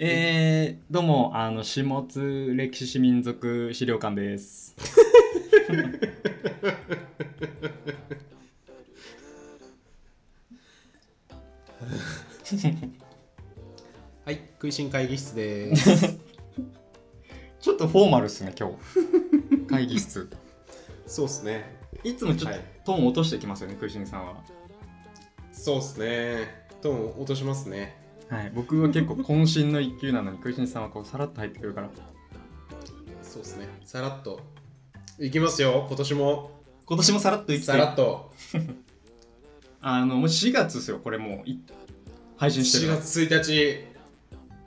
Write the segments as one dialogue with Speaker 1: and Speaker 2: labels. Speaker 1: えー、どうも、あの、下津歴史民族資料館です。
Speaker 2: はい、食いしん会議室です。
Speaker 1: ちょっとフォーマルっすね、今日。会議室。
Speaker 2: そうっすね。
Speaker 1: いつもちょっと
Speaker 2: はい
Speaker 1: トーン落としてきますよね、クイシンさんは。
Speaker 2: そうっすね。トーン落としますね。
Speaker 1: はい、僕は結構渾身の一級なのに、クイシンさんはこうさらっと入ってくるから。
Speaker 2: そうっすね。さらっと。いきますよ、今年も。
Speaker 1: 今年もさらっといき
Speaker 2: さ
Speaker 1: た
Speaker 2: らっ
Speaker 1: い。
Speaker 2: と。
Speaker 1: あの、もう4月ですよ、これもうい。配信して
Speaker 2: 4
Speaker 1: る。
Speaker 2: 月1日。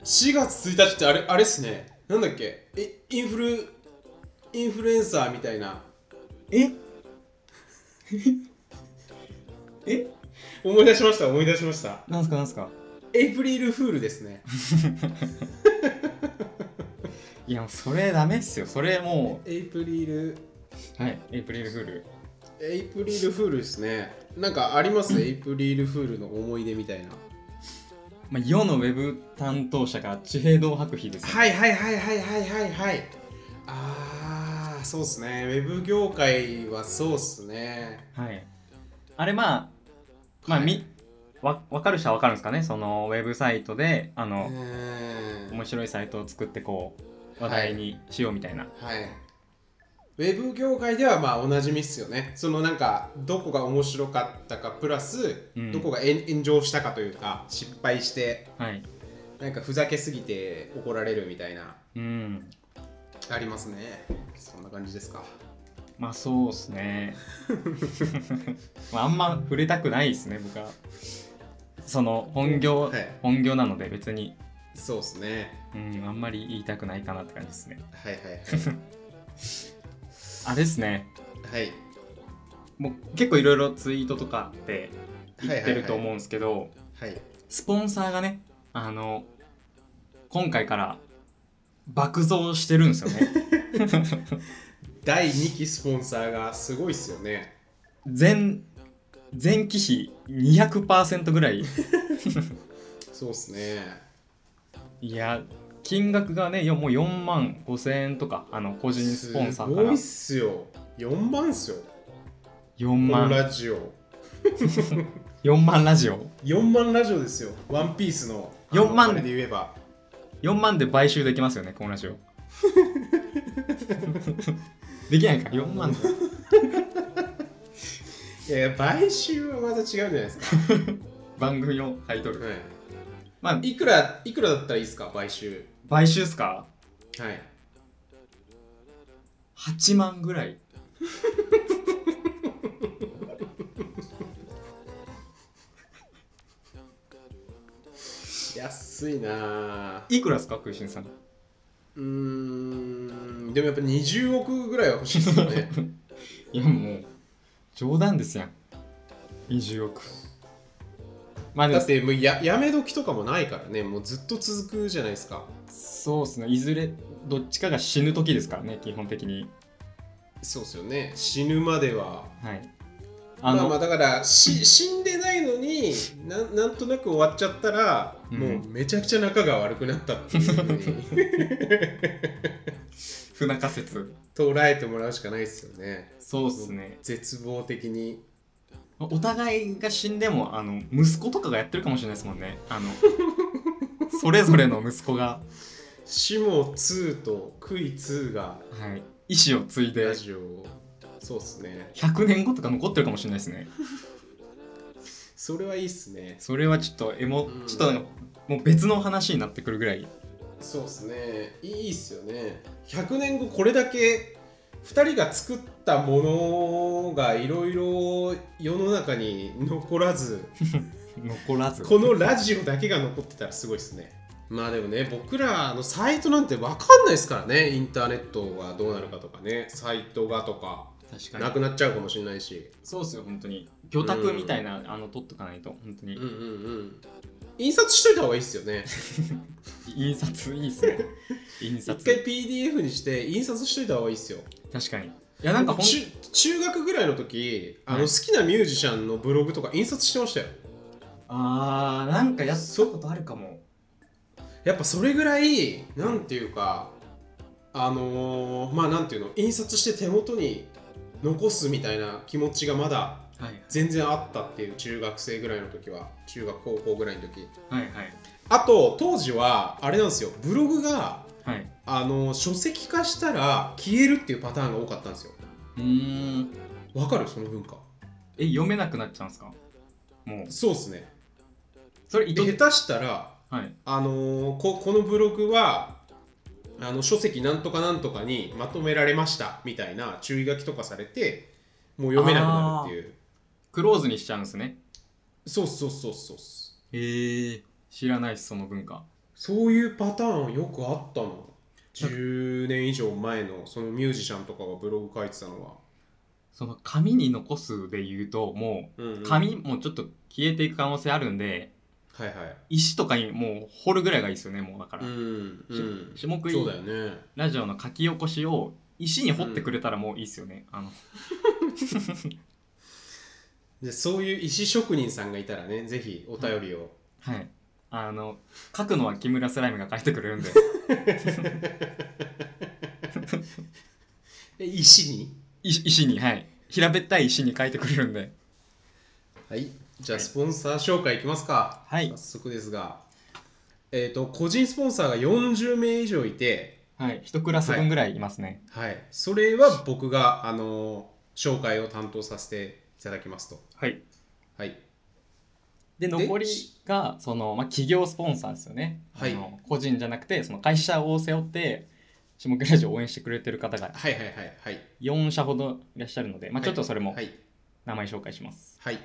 Speaker 2: 4月1日ってあれ、あれっすね。なんだっけえ、インフル、インフルエンサーみたいな。
Speaker 1: ええ
Speaker 2: 思い出しました、思い出しました。
Speaker 1: なんすかなんすか
Speaker 2: エイプリルフールですね。
Speaker 1: いや、それダメっすよ。それも
Speaker 2: エイプリル、
Speaker 1: う、はい、エイプリルフール。
Speaker 2: エイプリルフールですね。なんかありますエイプリルフールの思い出みたいな。
Speaker 1: まあ、世のウェブ担当者が地平道白皮です、ね。
Speaker 2: はいはいはいはいはいはいはいああそうっすねウェブ業界はそうっすね
Speaker 1: はい。あれまあ、まあ、
Speaker 2: はい
Speaker 1: み、わ、わかる人はわかるんですかね。そのウェブサイトで、あ
Speaker 2: う
Speaker 1: の、
Speaker 2: ーん
Speaker 1: 面白いサイトを作ってこう、
Speaker 2: は
Speaker 1: 話
Speaker 2: い
Speaker 1: 題にしようみたいな。
Speaker 2: はいウェブ業界ではまあおなじみっすよねそのなんかどこが面白かったかプラス、
Speaker 1: うん
Speaker 2: どこが炎炎上したかというか失敗して
Speaker 1: はい。
Speaker 2: なんかふざけすぎて怒られるみたいな
Speaker 1: うん。
Speaker 2: ありますねそんな感じですか
Speaker 1: まあ、そうですね。 まあ、あんま触れたくないですね、僕は。その、本業、
Speaker 2: はい
Speaker 1: 本業なので別に、
Speaker 2: そうっすね
Speaker 1: うん、あんまり言いたくないかなって感じですね。
Speaker 2: はいはい
Speaker 1: あれですね。
Speaker 2: はい
Speaker 1: もう結構いろいろツイートとかって言ってると思うんですけど、
Speaker 2: はいはい
Speaker 1: スポンサーがねあの今回から爆増してるんですよ ね
Speaker 2: 第2期スポンサーがすごいっすよね
Speaker 1: 全前期比200%ぐら い
Speaker 2: そうっすね。
Speaker 1: いや金額がねよもう4万5千円とかあの個人スポンサーか
Speaker 2: すご
Speaker 1: ら
Speaker 2: いっすよ。4万っすよ。
Speaker 1: 4
Speaker 2: この
Speaker 1: 万
Speaker 2: ラジオ。
Speaker 1: 4万ラジオ
Speaker 2: 4万ラジオですよ。ワンピースの。
Speaker 1: 4万
Speaker 2: あのあれで言えば。
Speaker 1: 4万で買収できますよねこのラ ジオできないか4万で
Speaker 2: いやいや、買収はまた違うんじゃないですか。
Speaker 1: 番組を買い取る
Speaker 2: は
Speaker 1: まあ
Speaker 2: い、いくら、いくらだったらいいですか、買収。
Speaker 1: 買収っすか
Speaker 2: はい。
Speaker 1: 8万ぐらい
Speaker 2: 安いなぁ
Speaker 1: いくらですか空心さん
Speaker 2: うーん。でもやっぱ20億ぐらいは欲しいですよね。
Speaker 1: いやもう冗談ですやん20億まあで
Speaker 2: だ
Speaker 1: も
Speaker 2: ってもうややめ時とかもないからね、もうずっと続くじゃないですか。
Speaker 1: そうですねいずれどっちかが死ぬ時ですからね基本的に
Speaker 2: そうっすよね。死ぬまでは
Speaker 1: はい
Speaker 2: あ
Speaker 1: あの、
Speaker 2: まあまあだからし死んでないのにななんとなく終わっちゃったら、
Speaker 1: うん
Speaker 2: もうめちゃくちゃ仲が悪くなったっていうふうに
Speaker 1: 不仲説
Speaker 2: 捉えてもらうしかないですよね
Speaker 1: そうですね
Speaker 2: 絶望的に
Speaker 1: お互いが死んでもあの息子とかがやってるかもしれないですもんねあのそれぞれの息子が、
Speaker 2: シモ2とクイ2が
Speaker 1: はい、意志を継いで
Speaker 2: ラジオをそうっすね
Speaker 1: 100年後とか残ってるかもしれないですね
Speaker 2: それはいいっすね
Speaker 1: それはちょっとエモ、
Speaker 2: うん
Speaker 1: ちょっとなんかもう別の話になってくるぐらい
Speaker 2: そうっすねいいっすよね100年後これだけ2人が作ったものがいろいろ世の中に残らず
Speaker 1: 残らず
Speaker 2: このラジオだけが残ってたらすごいですね。まあでもね、僕らのサイトなんて分かんないですからね、インターネットがどうなるかとかね、サイトがとか、
Speaker 1: 確かに
Speaker 2: なくなっちゃうかもしれないし、
Speaker 1: そうっすよ本当に魚拓みたいな、あの取っとかないと本当に、
Speaker 2: うんうんうん。印刷しといた方がいいですよ ね。
Speaker 1: 印刷いいっ すね印
Speaker 2: 一
Speaker 1: 刷
Speaker 2: 回 PDF にして、印刷しといた方がいいですよ。
Speaker 1: 確かにいやなんかほん
Speaker 2: 中中学ぐらいの時あの
Speaker 1: はい
Speaker 2: 好きなミュージシャンのブログとか印刷してましたよ。
Speaker 1: あーなんかやったことあるかも
Speaker 2: やっぱそれぐらいなんていうかあのーまあなんていうの印刷して手元に残すみたいな気持ちがまだ
Speaker 1: はい
Speaker 2: 全然あったっていう中学生ぐらいの時は中学高校ぐらいの時
Speaker 1: はいはい
Speaker 2: あと当時はあれなんですよブログが
Speaker 1: はい
Speaker 2: あの書籍化したら消えるっていうパターンが多かったんですよ
Speaker 1: うーん
Speaker 2: わかるその文化
Speaker 1: え読めなくなっちゃうんですかもう
Speaker 2: そうですね
Speaker 1: それ意図
Speaker 2: で
Speaker 1: 的
Speaker 2: 下手したら
Speaker 1: はい
Speaker 2: あのーここのブログはあの書籍なんとかなんとかにまとめられましたみたいな注意書きとかされてもう読めなくなるっていう
Speaker 1: クローズにしちゃうんですね
Speaker 2: そうそうそうそう
Speaker 1: へえ知らないっすその文化
Speaker 2: そういうパターンよくあったの10年以上前のそのミュージシャンとかがブログ書いてたのは、
Speaker 1: その紙に残すで言うとも
Speaker 2: うんう
Speaker 1: うん紙もちょっと消えていく可能性あるんで
Speaker 2: はいはい
Speaker 1: 石とかにもう掘るぐらいがいいですよねもうだから、
Speaker 2: うん、うん、
Speaker 1: 下食い
Speaker 2: そうだよね
Speaker 1: ラジオの書き起こしを石に掘ってくれたらもういいっすよね、あの
Speaker 2: でそういう石職人さんがいたらねぜひお便りを、
Speaker 1: はいあの書くのは木村スライムが書いてくれ るんで
Speaker 2: え石に
Speaker 1: い石にはい平べったい石に書いてくれるんで
Speaker 2: はいじ
Speaker 1: は
Speaker 2: ゃあ
Speaker 1: い
Speaker 2: スポンサー紹介いきますか
Speaker 1: はい
Speaker 2: 早速ですがえっ、と個人スポンサーが40名以上いて
Speaker 1: はい一クラス分ぐらいいますね、
Speaker 2: はいそれは僕があの紹介を担当させていただきますと
Speaker 1: はい、
Speaker 2: はい
Speaker 1: で残りがその、まあ、企業スポンサーですよね、
Speaker 2: はい
Speaker 1: あの個人じゃなくてその会社を背負って下倉ラジオを応援してくれてる方が
Speaker 2: はいはいはいはい
Speaker 1: 4社ほどいらっしゃるので、まあ、
Speaker 2: はい
Speaker 1: ちょっとそれも
Speaker 2: はい
Speaker 1: 名前紹介します、
Speaker 2: はい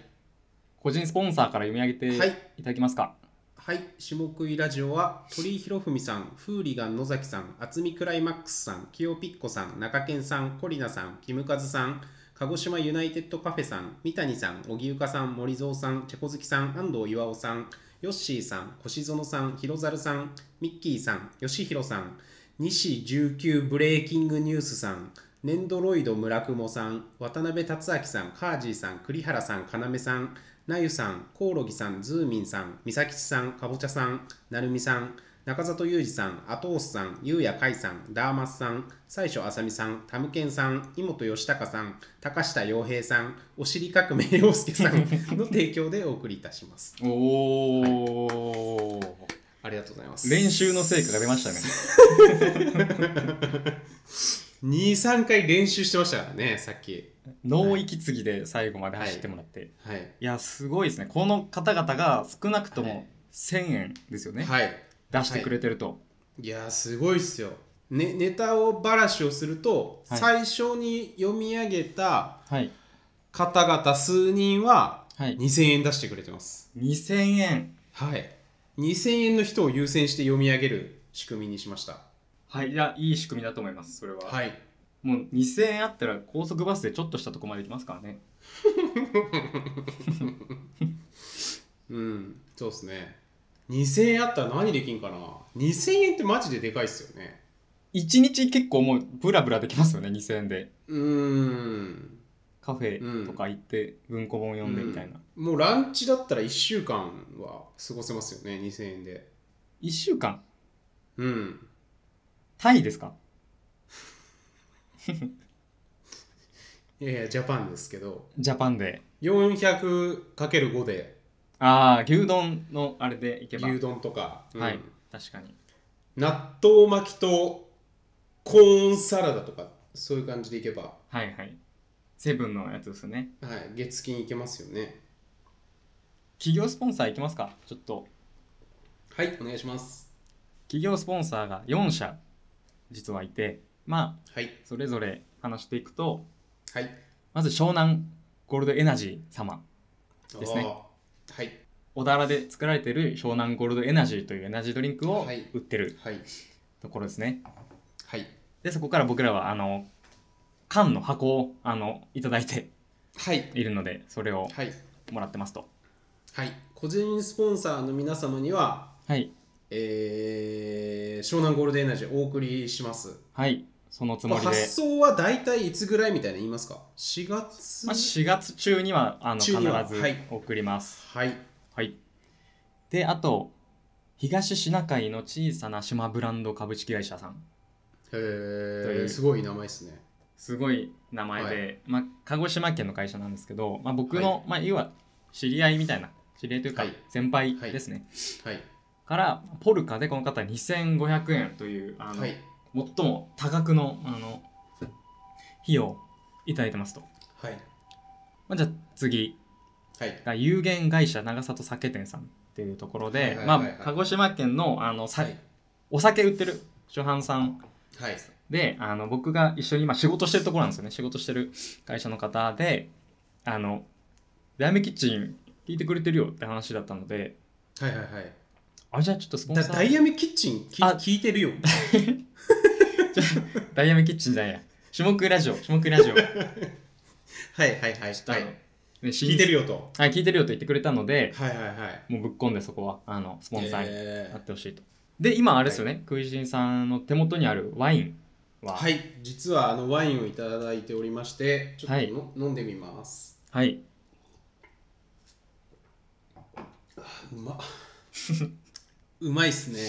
Speaker 1: 個人スポンサーから読み上げて
Speaker 2: はい
Speaker 1: いただけますか
Speaker 2: はい下食いラジオは鳥居博文さんフーリガン野崎さん渥美クライマックスさん清ピッコさん中堅さんコリナさんキムカズさん鹿児島ユナイテッドカフェさん三谷さん荻生さん森蔵さんチェコ好きさん安藤岩尾さんヨッシーさん星園さん広猿さんミッキーさん吉弘さん西19ブレイキングニュースさんネンドロイド村雲さん渡辺達明さんカージーさん栗原さん要さんなゆさんコオロギさんズーミンさんみさきちさんかぼちゃさんなるみさん中里裕二さん、アトースさん、ゆうやかいさん、ダーマスさん、最初あさみさん、タムケンさん、井本義孝さん、高下洋平さん、おしり革命洋介さんの提供でお送りいたします。
Speaker 1: おお、
Speaker 2: ありがとうございます。
Speaker 1: 練習の成果が出ましたね
Speaker 2: 2、3回練習してましたからね、さっき。
Speaker 1: 脳息継ぎで最後まで走ってもらって、い、
Speaker 2: はい。
Speaker 1: やすごいですねこの方々が少なくと
Speaker 2: はい
Speaker 1: も1000円ですよね、
Speaker 2: はい。
Speaker 1: 出してくれてると、
Speaker 2: いやー、すごいっすよ。ね、ネタを話をすると、
Speaker 1: はい
Speaker 2: 最初に読み上げた
Speaker 1: はい
Speaker 2: 方々数人は
Speaker 1: はい、
Speaker 2: 2000円出してくれてます。
Speaker 1: 2000円
Speaker 2: はい。2000円の人を優先して読み上げる仕組みにしました。
Speaker 1: はいいやいい仕組みだと思いますそれは、
Speaker 2: はい。
Speaker 1: もう2000円あったら高速バスでちょっとしたとこまで行きますからね
Speaker 2: うん、そうですね。2000円あったら何できんかな ?2000 円ってマジででかいっすよね。
Speaker 1: 1日結構もうブラブラできますよね2000円で
Speaker 2: うーん。
Speaker 1: カフェとか行って文庫本読んでみたいな、
Speaker 2: うんもうランチだったら1週間は過ごせますよね、2000円で。
Speaker 1: 1週間
Speaker 2: うん。
Speaker 1: タイですか
Speaker 2: いやいや、ジャパンですけど、
Speaker 1: ジャパンで
Speaker 2: 400×5 で
Speaker 1: ああ牛丼のあれで行けば
Speaker 2: 牛丼とか、うん
Speaker 1: はい確かに
Speaker 2: 納豆巻きとコーンサラダとか、そういう感じでいけば、
Speaker 1: はいはいセブンのやつですね
Speaker 2: はい、月金いけますよね。
Speaker 1: 企業スポンサーいきますかちょっと
Speaker 2: はい、お願いします。
Speaker 1: 企業スポンサーが4社実はいてまあ
Speaker 2: はい。
Speaker 1: それぞれ話していくと
Speaker 2: はい。
Speaker 1: まず湘南ゴールドエナジー様ですね
Speaker 2: あー。はい。
Speaker 1: 小田原で作られている湘南ゴールドエナジーというエナジードリンクを
Speaker 2: はい
Speaker 1: 売ってる
Speaker 2: はい。
Speaker 1: ところですね、
Speaker 2: はい。
Speaker 1: でそこから僕らはあの缶の箱をあのいただいて
Speaker 2: はい。
Speaker 1: いるのでそれを
Speaker 2: はい。
Speaker 1: もらってますと
Speaker 2: はい。個人スポンサーの皆様には、
Speaker 1: はい
Speaker 2: えー、湘南ゴールデンエナジーお送りします。
Speaker 1: はいそのつ
Speaker 2: これ
Speaker 1: もりで、
Speaker 2: 発送は大体いつぐらいみたいなの言いますか ?4 月、
Speaker 1: まあ、4月中にはあの
Speaker 2: 中
Speaker 1: 必
Speaker 2: には
Speaker 1: ず
Speaker 2: はい
Speaker 1: 送ります
Speaker 2: はい。
Speaker 1: はい、であと東シナ海の小さな島ブランド株式会社さんとい
Speaker 2: へえ
Speaker 1: う
Speaker 2: すごい名前ですね
Speaker 1: すごい名前で、
Speaker 2: は
Speaker 1: まあ、鹿児島県の会社なんですけど、まあ、僕
Speaker 2: は
Speaker 1: の、まあ、要は知り合いみたいな知り合いというか
Speaker 2: はい
Speaker 1: 先輩ですね、
Speaker 2: はい
Speaker 1: からポルカでこの方2500円というあの、
Speaker 2: はい
Speaker 1: 最も多額のあの費用をいただいてますと、
Speaker 2: はい
Speaker 1: まあ、じゃあ次
Speaker 2: はい
Speaker 1: が有限会社長里酒店さんっていうところ
Speaker 2: はい
Speaker 1: で
Speaker 2: はいはい
Speaker 1: ま
Speaker 2: はい
Speaker 1: あ鹿児島県のあのさ、
Speaker 2: はい
Speaker 1: お酒売ってる初販さん
Speaker 2: はい
Speaker 1: であの僕が一緒に今仕事してるところなんですよね仕事してる会社の方であの「ダイヤメキッチン聞いてくれてるよ」って話だったので
Speaker 2: はいはいはい
Speaker 1: あじゃあちょっとスポン
Speaker 2: だ
Speaker 1: サ
Speaker 2: ダ
Speaker 1: ー
Speaker 2: イヤメキッチンき
Speaker 1: あ
Speaker 2: 聞いてる よ
Speaker 1: ダイヤメキッチンじゃないや種目ラジオ種目ラ ジオ
Speaker 2: はいはいはい
Speaker 1: あの
Speaker 2: はい
Speaker 1: ね
Speaker 2: 聞いてるよと
Speaker 1: はい、聞いてるよと言ってくれたので、
Speaker 2: はいはいはい
Speaker 1: もうぶっ込んでそこは、あの、スポンサーに
Speaker 2: え
Speaker 1: なっ
Speaker 2: ー
Speaker 1: てほしいと。で、今、あれですよね、クイジンさんの手元にあるワインは、、
Speaker 2: はいい実はあのワインをいただいておりましてちょっとの、
Speaker 1: はい
Speaker 2: 飲んでみます
Speaker 1: はい、
Speaker 2: うま うまいっすね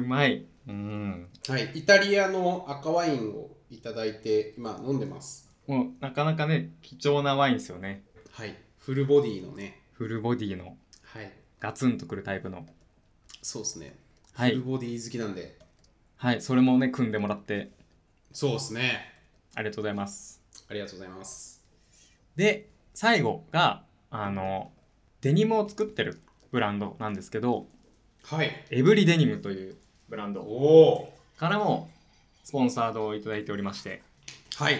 Speaker 1: うまい。うん。
Speaker 2: はいイタリアの赤ワインをいただいて今飲んでます
Speaker 1: もう、なかなかね、貴重なワインですよね。
Speaker 2: はいフルボディのね
Speaker 1: フルボディの、
Speaker 2: はい
Speaker 1: ガツンとくるタイプの。
Speaker 2: そうですね
Speaker 1: は
Speaker 2: フル
Speaker 1: い、
Speaker 2: ボディ好きなんで
Speaker 1: はい、それもね、組んでもらって、
Speaker 2: そうですね
Speaker 1: ありがとうございます。
Speaker 2: ありがとうございます
Speaker 1: で、最後が、あの、デニムを作ってるブランドなんですけど、
Speaker 2: はい
Speaker 1: エブリデニムというブランド
Speaker 2: おお
Speaker 1: からもスポンサードをいただいておりまして
Speaker 2: はい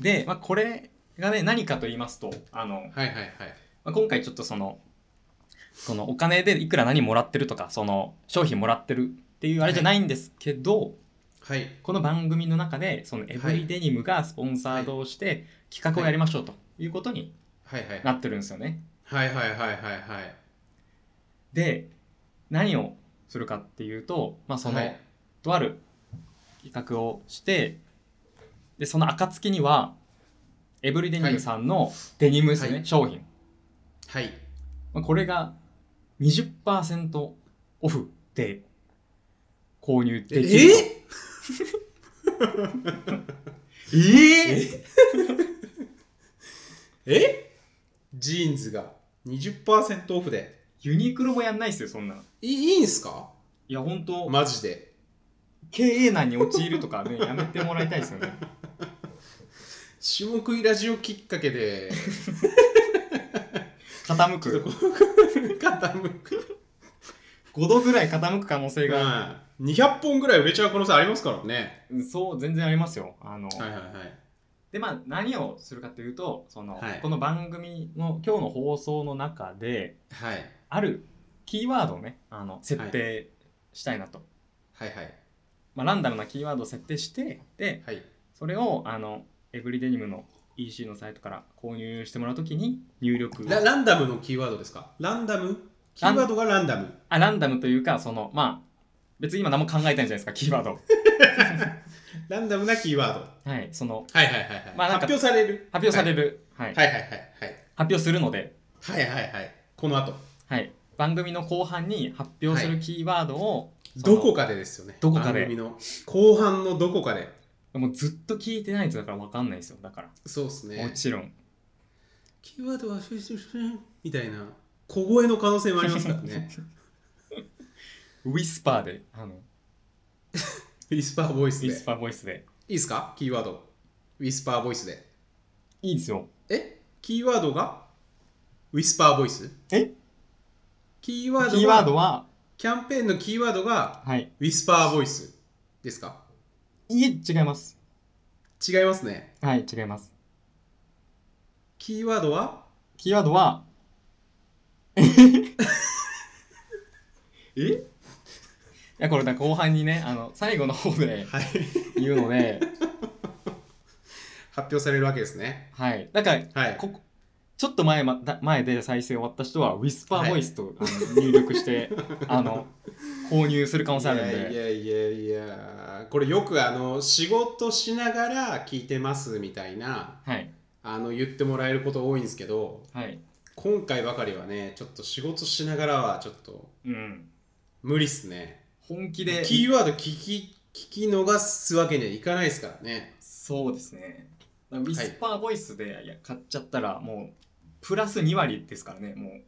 Speaker 1: で、まあ、これがね何かと言いますとあの、
Speaker 2: はいはいはい
Speaker 1: まあ、今回ちょっとそのそのお金でいくら何もらってるとかその商品もらってるっていうあれじゃないんですけど、
Speaker 2: はい
Speaker 1: この番組の中でそのエブリデニムがスポンサードをして企画をやりましょうということに
Speaker 2: はいはい
Speaker 1: なってるんですよね。
Speaker 2: はいはいはいはいはい
Speaker 1: で何をするかっていうと、まあ、その、
Speaker 2: はい
Speaker 1: とある企画をしてでその暁にはエブリデニムさんのデニムですね、
Speaker 2: はい
Speaker 1: 商品、
Speaker 2: はい
Speaker 1: まあ、これが20%オフで購入できる
Speaker 2: え
Speaker 1: とえ
Speaker 2: えジーンズが20%オフで
Speaker 1: ユニクロもやんないっすよそんなの
Speaker 2: いいいんすか
Speaker 1: いや本当、
Speaker 2: マジ で
Speaker 1: 経営難に陥るとか ねやめてもらいたいですよね
Speaker 2: 下食いラジオきっかけ で
Speaker 1: 傾く
Speaker 2: 傾く
Speaker 1: 5度ぐらい傾く可能性が、
Speaker 2: はい200本ぐらい売れちゃう可能性ありますからね
Speaker 1: そう全然ありますよあの、
Speaker 2: はいはいはい
Speaker 1: でまあ何をするかというとその、
Speaker 2: はい
Speaker 1: この番組の今日の放送の中で
Speaker 2: はい
Speaker 1: あるキーワードをねあの設定したいなと、
Speaker 2: はいはい
Speaker 1: まあ、ランダムなキーワードを設定してで
Speaker 2: はい
Speaker 1: それをあのエブリデニムの EC のサイトから購入してもらうときに入力
Speaker 2: ラランダムのキーワードですかランダムキーワードがランダム
Speaker 1: あランダムというかそのまあ別に今何も考えてないじゃないですかキーワード
Speaker 2: ランダムなキーワード
Speaker 1: はいその
Speaker 2: はいはいはいはい、
Speaker 1: まあなんか
Speaker 2: 発表される
Speaker 1: 発表され
Speaker 2: る、
Speaker 1: る、はい
Speaker 2: はい、はいはい
Speaker 1: 発表するので、
Speaker 2: はいはいはいはいはいこの後
Speaker 1: はい、番組の後半に発表するキーワードを、その
Speaker 2: どこかでですよね
Speaker 1: どこかで
Speaker 2: 番組の後半のどこかで
Speaker 1: もうずっと聞いてないとだから分かんないですよだから、
Speaker 2: そうですね
Speaker 1: もちろん
Speaker 2: キーワードはシュシュシュみたいな小声の可能性もありますから ね
Speaker 1: ウィスパーであの
Speaker 2: ウィスパーボイ
Speaker 1: ウ
Speaker 2: スで
Speaker 1: ィスパーボイスで
Speaker 2: いいですかキーワードウィスパーボイスで
Speaker 1: いいですよ
Speaker 2: えキーワードがウィスパーボイス
Speaker 1: え
Speaker 2: キーワード
Speaker 1: キーワード
Speaker 2: は
Speaker 1: は
Speaker 2: キャンペーンのキーワードが
Speaker 1: はい
Speaker 2: ウィスパーボイスですか
Speaker 1: いえ違います
Speaker 2: 違いますね
Speaker 1: はい違います
Speaker 2: キーワードは
Speaker 1: キーワードは えいやこれだから後半にねあの最後の方で
Speaker 2: はい
Speaker 1: 言うので
Speaker 2: 発表されるわけですね
Speaker 1: はいだから
Speaker 2: はい
Speaker 1: ここちょっと前,、ま、だ前で再生終わった人はウィスパーボイスと、あの入力してあの購入する可能
Speaker 2: い
Speaker 1: 性あるんで
Speaker 2: やいやいやいやこれよくあの仕事しながら聞いてますみたいな
Speaker 1: はい
Speaker 2: あの言ってもらえること多いんですけど
Speaker 1: はい
Speaker 2: 今回ばかりはねちょっと仕事しながらはちょっと
Speaker 1: うん
Speaker 2: 無理っすね
Speaker 1: 本気で
Speaker 2: キーワード聞き聞き逃すわけにはいかないですからね
Speaker 1: そうですねだからウィスパーボイスで、いや買っちゃったらもうプラス2割ですからね も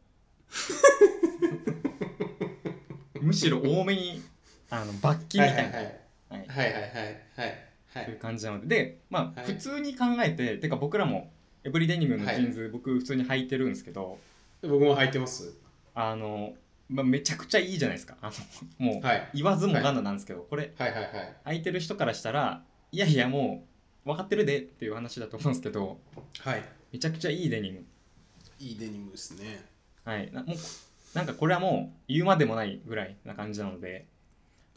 Speaker 1: うむしろ多めにあの罰金
Speaker 2: は
Speaker 1: み
Speaker 2: いは
Speaker 1: た
Speaker 2: い
Speaker 1: いな、はい
Speaker 2: はいはいはいはいは
Speaker 1: という
Speaker 2: い
Speaker 1: 感じなのでで、まあ、
Speaker 2: はい
Speaker 1: 普通に考えて、てか僕らもエブリデニムのジーンズ、僕普通に履いてるんですけど
Speaker 2: 僕も履いてます
Speaker 1: あの、まあ、めちゃくちゃいいじゃないですかあのもう
Speaker 2: はい
Speaker 1: 言わずもがななんですけど、これ
Speaker 2: はいはいはい
Speaker 1: 履いてる人からしたらいやいやもう分かってるでっていう話だと思うんですけど
Speaker 2: はい
Speaker 1: めちゃくちゃいいデニム
Speaker 2: いいデニムですね
Speaker 1: はい、なもうなんかこれはもう言うまでもないぐらいな感じなので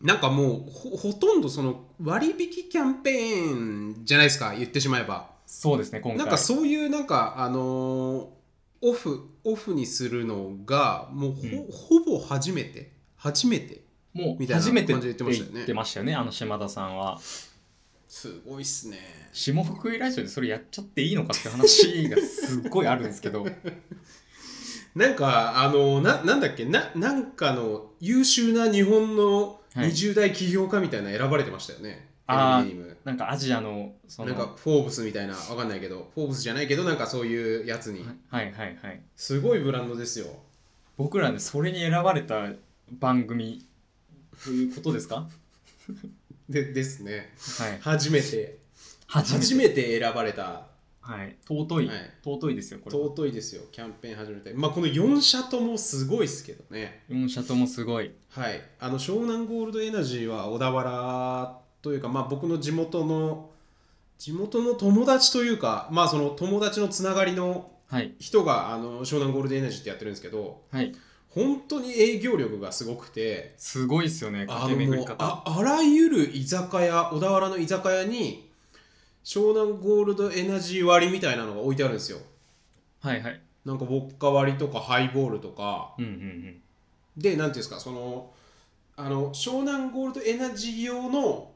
Speaker 2: なんかもうほほとんどその割引キャンペーンじゃないですか言ってしまえば
Speaker 1: そうですね今回
Speaker 2: なんかそういうなんかあのーオフオフにするのがもうほ,、
Speaker 1: うん
Speaker 2: ほぼ初めて初めて
Speaker 1: もう
Speaker 2: みたいな
Speaker 1: 初めてっ
Speaker 2: 感じ
Speaker 1: て
Speaker 2: で言
Speaker 1: 言
Speaker 2: ってましたよね
Speaker 1: ってましたよねあの島田さんは
Speaker 2: すごいっすね
Speaker 1: 下福井ラジオでそれやっちゃっていいのかって話がすっごいあるんです けど
Speaker 2: なんかあのーななんだっけななんかの優秀な日本の
Speaker 1: はい
Speaker 2: 20代起業家みたいな選ばれてましたよね、
Speaker 1: あー
Speaker 2: エミリーム
Speaker 1: なんかアジアのそ
Speaker 2: な
Speaker 1: の
Speaker 2: んかフォーブスみたいなわかんないけどフォーブスじゃないけどなんかそういうやつに、
Speaker 1: はいはいはい
Speaker 2: すごいブランドですよ
Speaker 1: 僕らねそれに選ばれた番組ということですか
Speaker 2: でですね
Speaker 1: はい
Speaker 2: 初めて
Speaker 1: 初めて
Speaker 2: 初めて選ばれた
Speaker 1: はい、尊い、
Speaker 2: はい
Speaker 1: 尊いですよこれは
Speaker 2: 尊いですよキャンペーン始めたいまあこの4社ともすごいですけどね
Speaker 1: 4社ともすごい
Speaker 2: はいあの湘南ゴールドエナジーは小田原というかまあ僕の地元の地元の友達というかまあその友達のつながりの
Speaker 1: はい
Speaker 2: 人があの湘南ゴールドエナジーってやってるんですけど
Speaker 1: はい
Speaker 2: 本当に営業力がすごくて
Speaker 1: すごいですよね
Speaker 2: あ
Speaker 1: 駆け巡
Speaker 2: のも
Speaker 1: り
Speaker 2: う
Speaker 1: 方
Speaker 2: ああらゆる居酒屋小田原の居酒屋に湘南ゴールドエナジー割みたいなのが置いてあるんですよ
Speaker 1: はいはい
Speaker 2: なんかウォッカ割とかハイボールとか
Speaker 1: うんうんうん
Speaker 2: でなんていうんですかそのあの湘南ゴールドエナジー用の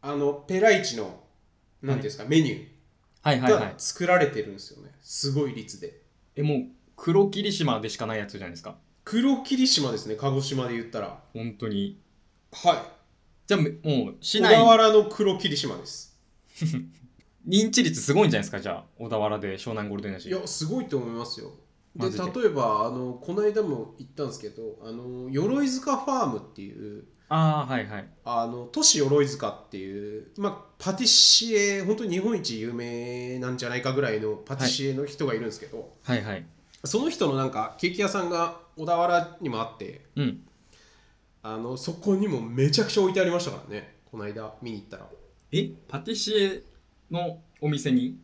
Speaker 2: あのペライチのなんていうんですか、メニ
Speaker 1: はい
Speaker 2: ュ
Speaker 1: はい
Speaker 2: ー
Speaker 1: は
Speaker 2: が
Speaker 1: い。
Speaker 2: 作られてるんですよね、すごい率で
Speaker 1: え、もう黒霧島でしかないやつじゃないですか。
Speaker 2: 黒霧島ですね鹿児島で言ったら
Speaker 1: 本当に。
Speaker 2: はい
Speaker 1: じゃあ、めもう市
Speaker 2: 小田
Speaker 1: 内、
Speaker 2: 原の黒霧島です
Speaker 1: 認知率すごいんじゃないですか、じゃあ、小田原で湘南ゴールデンだ
Speaker 2: い
Speaker 1: し。
Speaker 2: やすごいと思いますよで
Speaker 1: マジで
Speaker 2: 例えばあのこの間も言ったんですけどあの鎧塚ファームっていう
Speaker 1: ああ、はいはい。
Speaker 2: あの都市鎧塚っていう、まあ、パティシエ本当に日本一有名なんじゃないかぐらいのパティシエの人がいるんですけど、
Speaker 1: はいはい。
Speaker 2: その人のなんかケーキ屋さんが小田原にもあって
Speaker 1: うん。
Speaker 2: あのそこにもめちゃくちゃ置いてありましたからねこの間見に行ったら
Speaker 1: え、パティシエのお店に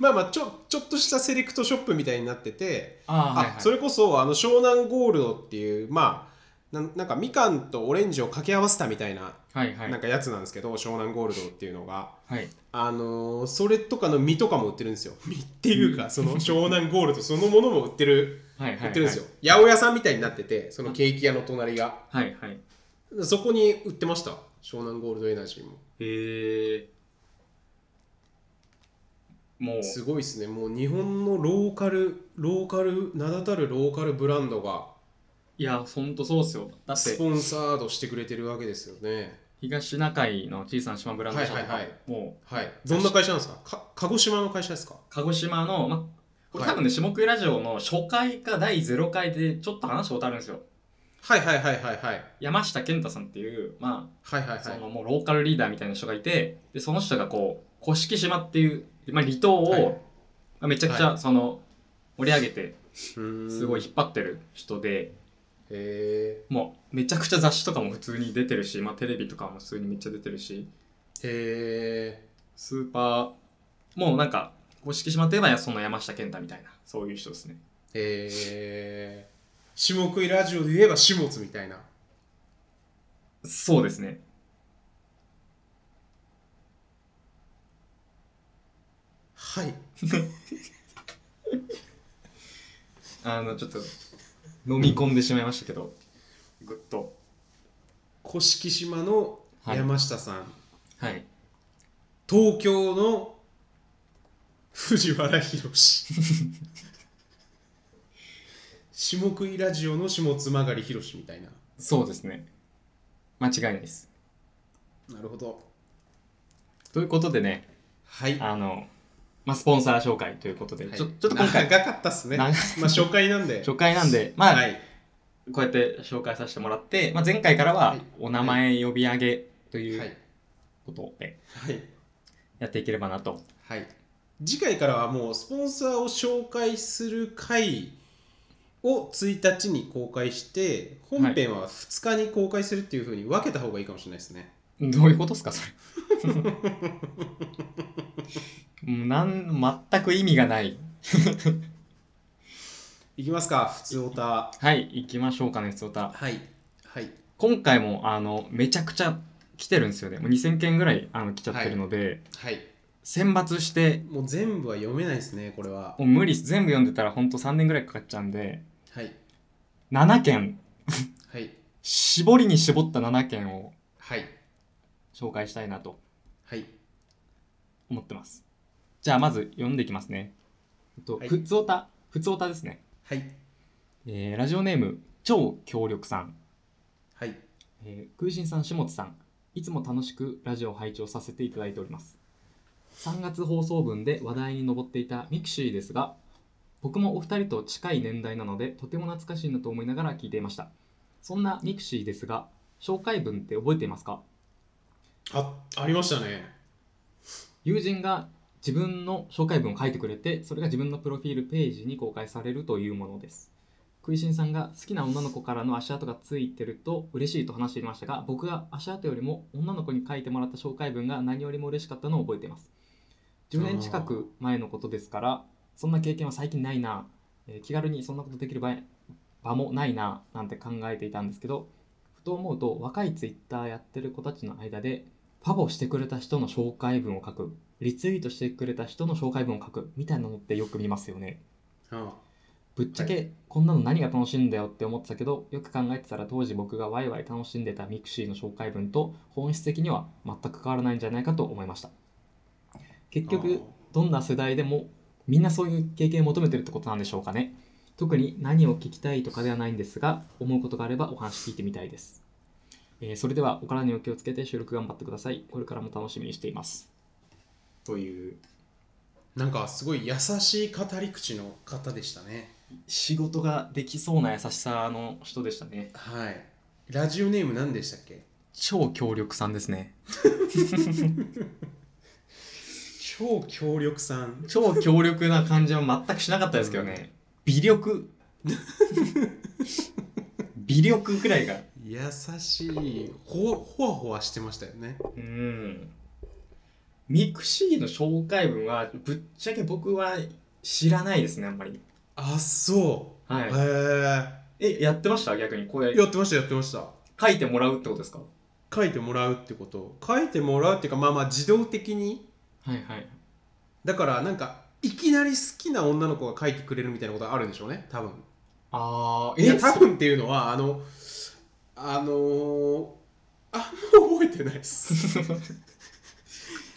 Speaker 2: まあまあちょちょっとしたセレクトショップみたいになってて
Speaker 1: ああ、はい
Speaker 2: あ
Speaker 1: はい。
Speaker 2: それこそあの湘南ゴールドっていうまあなんなんかみかんとオレンジを掛け合わせたみたいな
Speaker 1: はいは
Speaker 2: なん
Speaker 1: い。
Speaker 2: かやつなんですけど、湘南ゴールドっていうのが。
Speaker 1: はい。
Speaker 2: あのーそれとかの実とかも売ってるんです よ実っていうかその湘南ゴールドそのものも売って る
Speaker 1: はい
Speaker 2: 売
Speaker 1: はい。
Speaker 2: ってるんですよ。八百屋さんみたいになっててそのケーキ屋の隣が
Speaker 1: はいはい。
Speaker 2: そこに売ってました湘南ゴールドエナジーも
Speaker 1: へえ。もう、
Speaker 2: すごいですねもう日本のローカルローカル名だたるローカルブランドが
Speaker 1: いや、ほんとそうっすよ。だっ
Speaker 2: ス
Speaker 1: て、
Speaker 2: ポンサードしてくれてるわけですよね
Speaker 1: 東シナ海の小さな島ブランド社とか
Speaker 2: はいはいは
Speaker 1: もう、
Speaker 2: はいどんな会社なんですかか鹿児島の会社ですか
Speaker 1: 鹿児島の、ま、これ
Speaker 2: はい
Speaker 1: 多分ね、下食いラジオの初回か第0回でちょっと話したことあるんですよ。
Speaker 2: はいはいはいはいはい
Speaker 1: 山下健太さんっていう、ま
Speaker 2: はいはい
Speaker 1: あ、そ
Speaker 2: はい
Speaker 1: のもうローカルリーダーみたいな人がいて、で、その人がこう、甑島っていう、まあ、離島を、
Speaker 2: はい
Speaker 1: まあめちゃくちゃ、その、盛り上げて、す
Speaker 2: す
Speaker 1: ごい引っ張ってる人で、
Speaker 2: へ
Speaker 1: もう、めちゃくちゃ雑誌とかも普通に出てるし、まあ、テレビとかも普通にめっちゃ出てるし、
Speaker 2: えへ
Speaker 1: スーパー、もうなんか、甑島といえばその山下健太みたいな、そういう人ですね。
Speaker 2: えへえ下食いラジオで言えば下津みたいな
Speaker 1: そうですね。
Speaker 2: はい
Speaker 1: あの、ちょっと、飲み込んでしまいましたけど、ぐっと。
Speaker 2: 甑島の山下さん、
Speaker 1: はい。
Speaker 2: 東京の 藤原宏下食いラジオの下妻狩りひろしみたいな
Speaker 1: そうですね間違いないです
Speaker 2: なるほど
Speaker 1: ということでね
Speaker 2: はい
Speaker 1: あの、まあ、スポンサー紹介ということで、
Speaker 2: はい
Speaker 1: ちょちょっと今回
Speaker 2: 長かったっすねま
Speaker 1: 長い
Speaker 2: あ初回なんで
Speaker 1: 初回なんでまあ、
Speaker 2: はい
Speaker 1: こうやって紹介させてもらって、まあ、前回から
Speaker 2: は
Speaker 1: はいお名前呼び上げとい
Speaker 2: は
Speaker 1: う
Speaker 2: い
Speaker 1: ことで
Speaker 2: はい
Speaker 1: やっていければなと、
Speaker 2: はい、次回からはもうスポンサーを紹介する回を1日に公開して本編は2日に公開するっていうふうに分けた方がいいかもしれないですね。
Speaker 1: どういうことですかそ れもうなん全く意味がない
Speaker 2: いきますか、普通オタ。
Speaker 1: はい行きましょうかね普通歌
Speaker 2: はい。はい。
Speaker 1: 今回もあのめちゃくちゃ来てるんですよねもう2000件ぐらいあの来ちゃってるので、
Speaker 2: はい。
Speaker 1: 選抜して
Speaker 2: もう全部は読めないですね、これは。
Speaker 1: もう無理です全部読んでたらほんと3年ぐらいかかっちゃうんで
Speaker 2: はい。
Speaker 1: 7件
Speaker 2: はい。
Speaker 1: 絞りに絞った7件を
Speaker 2: はい。
Speaker 1: 紹介したいなと
Speaker 2: はい。
Speaker 1: 思ってますじゃあまず読んでいきますねえっと、
Speaker 2: はい
Speaker 1: ふつおたふつおたですね、
Speaker 2: はい。
Speaker 1: えーラジオネーム超協力さん、
Speaker 2: はい。
Speaker 1: えー、空心さん下津さんいつも楽しくラジオを拝聴させていただいております3月放送分で話題に上っていたミクシーですが僕もお二人と近い年代なのでとても懐かしいなと思いながら聞いていましたそんなミクシーですが紹介文って覚えていますか
Speaker 2: あ、ありましたね。
Speaker 1: 友人が自分の紹介文を書いてくれてそれが自分のプロフィールページに公開されるというものです食いしんさんが好きな女の子からの足跡がついてると嬉しいと話していましたが僕が足跡よりも女の子に書いてもらった紹介文が何よりも嬉しかったのを覚えています10年近く前のことですからそんな経験は最近ないな、えー気軽にそんなことできる場合場もないななんて考えていたんですけどふと思うと若いツイッターやってる子たちの間でファボしてくれた人の紹介文を書くリツイートしてくれた人の紹介文を書くみたいなのってよく見ますよね
Speaker 2: あ
Speaker 1: ぶっちゃけ、こんなの何が楽しいんだよって思ってたけどよく考えてたら当時僕がワイワイ楽しんでたミクシーの紹介文と本質的には全く変わらないんじゃないかと思いました結局どんな世代でもみんなそういう経験を求めてるってことなんでしょうかね特に何を聞きたいとかではないんですが思うことがあればお話聞いてみたいです、えーそれではお体にお気をつけて収録頑張ってくださいこれからも楽しみにしていますという
Speaker 2: なんかすごい優しい語り口の方でしたね。
Speaker 1: 仕事ができそうな優しさの人でしたね
Speaker 2: はい。ラジオネーム何でしたっけ
Speaker 1: 超協力さんですね
Speaker 2: 超強力さん。
Speaker 1: 超強力な感じは全くしなかったですけどね微力 微力ぐらいが
Speaker 2: 優しいほほわほわしてましたよね
Speaker 1: うんミクシーの紹介文はぶっちゃけ僕は知らないですねあんまり
Speaker 2: あそう
Speaker 1: はい
Speaker 2: へえ
Speaker 1: えやってました逆にこれ
Speaker 2: やってましたやってました
Speaker 1: 書いてもらうってことですか
Speaker 2: 書いてもらうってこと書いてもらうっていうかまあまあ自動的に
Speaker 1: はいはい
Speaker 2: だからなんかいきなり好きな女の子が書いてくれるみたいなことはあるんでしょうね多分
Speaker 1: あー
Speaker 2: いや
Speaker 1: え
Speaker 2: 多
Speaker 1: 多
Speaker 2: 分っていうのはあのあのー、あんま覚えてないっす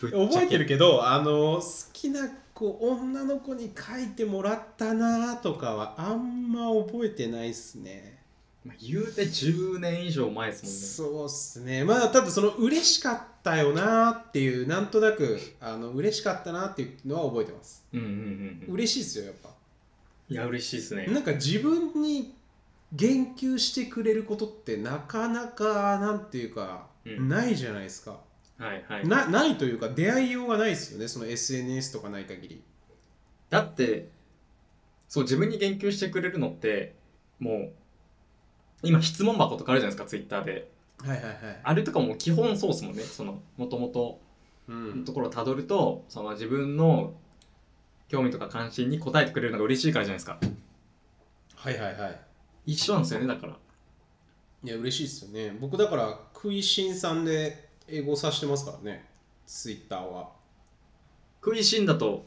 Speaker 2: 覚えてるけどあのー好きな子女の子に書いてもらったなとかはあんま覚えてないっすね
Speaker 1: まあ言うて10年以上前です
Speaker 2: そうっすねまあ多分その嬉しかったよなっていうなんとなくあの嬉しかったなっていうのは覚えてます
Speaker 1: もんねうんうんうんうん
Speaker 2: 嬉しいですよやっぱ
Speaker 1: いや嬉しいですね
Speaker 2: なんか自分に言及してくれることってなかなかなんていうか、
Speaker 1: うん
Speaker 2: ないじゃないですか
Speaker 1: はいはい
Speaker 2: なないというか出会いようがないですよねその SNS とかない限り
Speaker 1: だってそう自分に言及してくれるのってもう今質問箱とかあるじゃないですかツイッターで
Speaker 2: はいはいはい
Speaker 1: あれとかも基本そうですもんねそのもともと
Speaker 2: うん
Speaker 1: ところをたどるとその自分の興味とか関心に答えてくれるのが嬉しいからじゃないですか
Speaker 2: はいはいはい
Speaker 1: 一緒なんですよねだから
Speaker 2: いや嬉しいですよね僕だから食いしんさんで英語させてますからねツイッターは
Speaker 1: 食いしんだと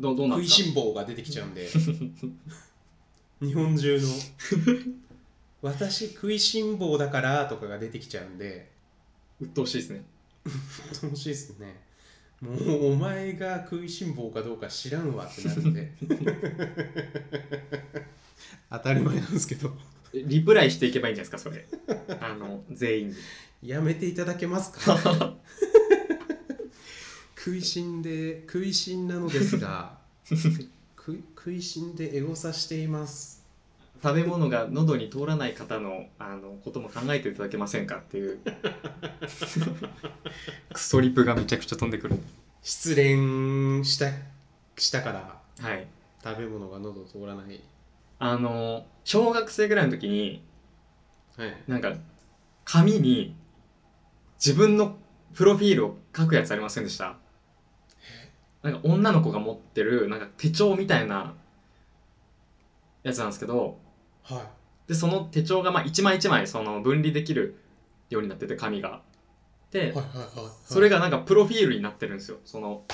Speaker 1: どうどうなん
Speaker 2: 食い
Speaker 1: ですか
Speaker 2: しん坊が出てきちゃうん で日本中 の私食いしん坊だからとかが出てきちゃうんで
Speaker 1: 鬱陶しいですね
Speaker 2: 楽しいですねもうお前が食いしん坊かどうか知らんわってなるんで 当たり前なんですけど
Speaker 1: リプライしていけばいいんじゃないですかそれ あの全員に
Speaker 2: やめていただけますか食いしんで食いしんなのです が食い食いしんでエゴさしています
Speaker 1: 食べ物が喉に通らない方のあのことも考えていただけませんかっていう クソリプがめちゃくちゃ飛んでくる
Speaker 2: 失恋したしたから
Speaker 1: はい
Speaker 2: 食べ物が喉通らない
Speaker 1: あの小学生ぐらいの時に
Speaker 2: はい
Speaker 1: なんか紙に自分のプロフィールを書くやつありませんでしたなんか女の子が持ってるなんか手帳みたいなやつなんですけど
Speaker 2: は
Speaker 1: でその手帳がまあ一枚一枚その分離できるようになってて紙が。で、
Speaker 2: いはいはいはい
Speaker 1: それがなんかプロフィールになってるんですよその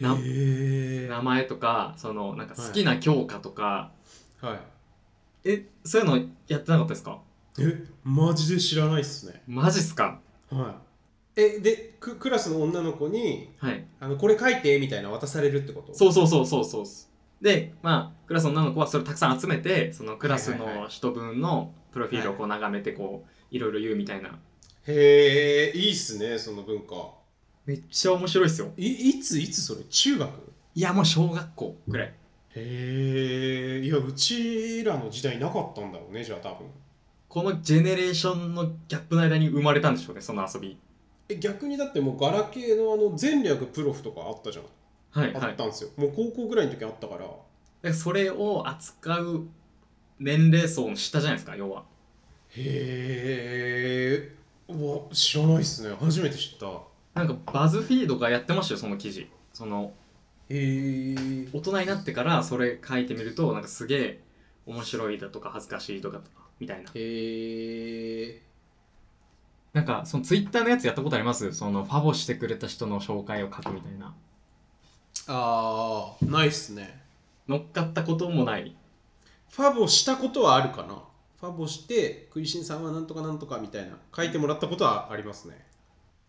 Speaker 1: な
Speaker 2: へえ
Speaker 1: 名前とかそのなんか好きな教科とか、
Speaker 2: はい
Speaker 1: えそういうのやってなかったですか
Speaker 2: えマジで知らないっすね
Speaker 1: マジっすか
Speaker 2: はいえでククラスの女の子に
Speaker 1: はい
Speaker 2: あのこれ書いてみたいな渡されるってこと
Speaker 1: そうそうそうそうそうっすでまあクラスの女の子はそれたくさん集めてそのクラスの人分のプロフィールをこう眺めてこういろいろ言うみたいな
Speaker 2: へえいいっすねその文化
Speaker 1: めっちゃ面白いっすよ
Speaker 2: いいついつそれ中学
Speaker 1: いやもう小学校ぐらい
Speaker 2: へえいやうちらの時代なかったんだろうねじゃあ多分
Speaker 1: このジェネレーションのギャップの間に生まれたんでしょうねその遊び
Speaker 2: え逆にだってもうガラケーのあの全略プロフとかあったじゃん、
Speaker 1: はいはい
Speaker 2: あったんですよもう高校ぐらいの時あったから
Speaker 1: でそれを扱う年齢層の下じゃないですか要は
Speaker 2: へえわ知らないっすね初めて知ったへ
Speaker 1: なんかバズフィードがやってましたよその記事その
Speaker 2: え
Speaker 1: 大人になってからそれ書いてみるとなんかすげえ面白いだとか恥ずかしいとかみたいな
Speaker 2: へえ
Speaker 1: なんかそのツイッターのやつやったことありますそのファボしてくれた人の紹介を書くみたいな
Speaker 2: あーないっすね
Speaker 1: 乗っかったこともない
Speaker 2: ファボしたことはあるかなファボして食いしんさんはなんとかなんとかみたいな書いてもらったことはありますね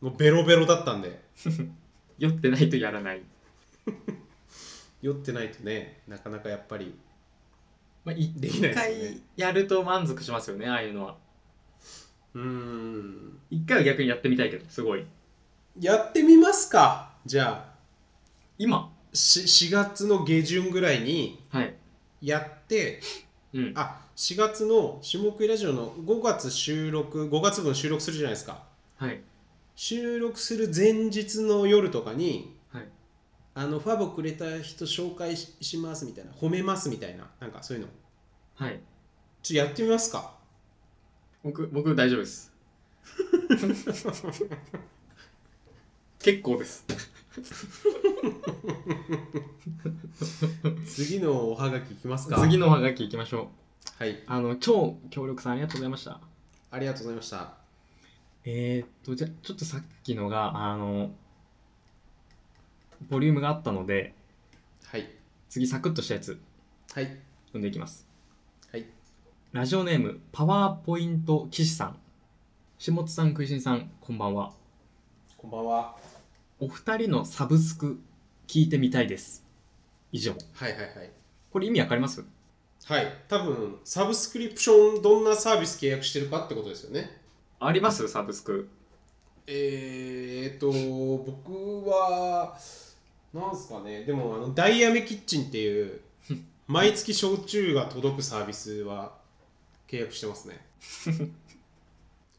Speaker 2: もうベロベロだったんで
Speaker 1: 酔ってないとやらない、
Speaker 2: 酔ってないとねなかなかやっぱり
Speaker 1: まあ、い
Speaker 2: できない
Speaker 1: 一
Speaker 2: ですね
Speaker 1: 回やると満足しますよねああいうのは
Speaker 2: うーん
Speaker 1: 一回は逆にやってみたいけどすごい
Speaker 2: やってみますかじゃあ
Speaker 1: 今
Speaker 2: し4月の下旬ぐらいに
Speaker 1: はい
Speaker 2: やって
Speaker 1: うん
Speaker 2: あ4月の下食いラジオの5月収録5月分収録するじゃないですか
Speaker 1: はい
Speaker 2: 収録する前日の夜とかに
Speaker 1: はい
Speaker 2: あのファボくれた人紹介ししますみたいな褒めますみたいななんかそういうの
Speaker 1: はい
Speaker 2: ちょっとやってみますか
Speaker 1: 僕僕大丈夫です 結構です
Speaker 2: 次のおはがきいきますか
Speaker 1: 次のおはがきいきましょう
Speaker 2: はい
Speaker 1: あの超協力さんありがとうございました
Speaker 2: ありがとうございました
Speaker 1: えー、っとじゃちょっとさっきのがあのボリュームがあったので
Speaker 2: はい
Speaker 1: 次サクッとしたやつ
Speaker 2: はい
Speaker 1: 読んでいきます
Speaker 2: はい
Speaker 1: ラジオネームパワーポイント騎士さん下津さん食いしんさんこんばんは
Speaker 2: こんばんは
Speaker 1: お二人のサブスク聞いてみたいです以上
Speaker 2: はいはいはい
Speaker 1: これ意味わかります
Speaker 2: はい多分サブスクリプションどんなサービス契約してるかってことですよね
Speaker 1: ありますサブスク
Speaker 2: えー、っと僕はなんすかねでもあのダイヤメキッチンって いう毎月焼酎が届くサービスは契約してますね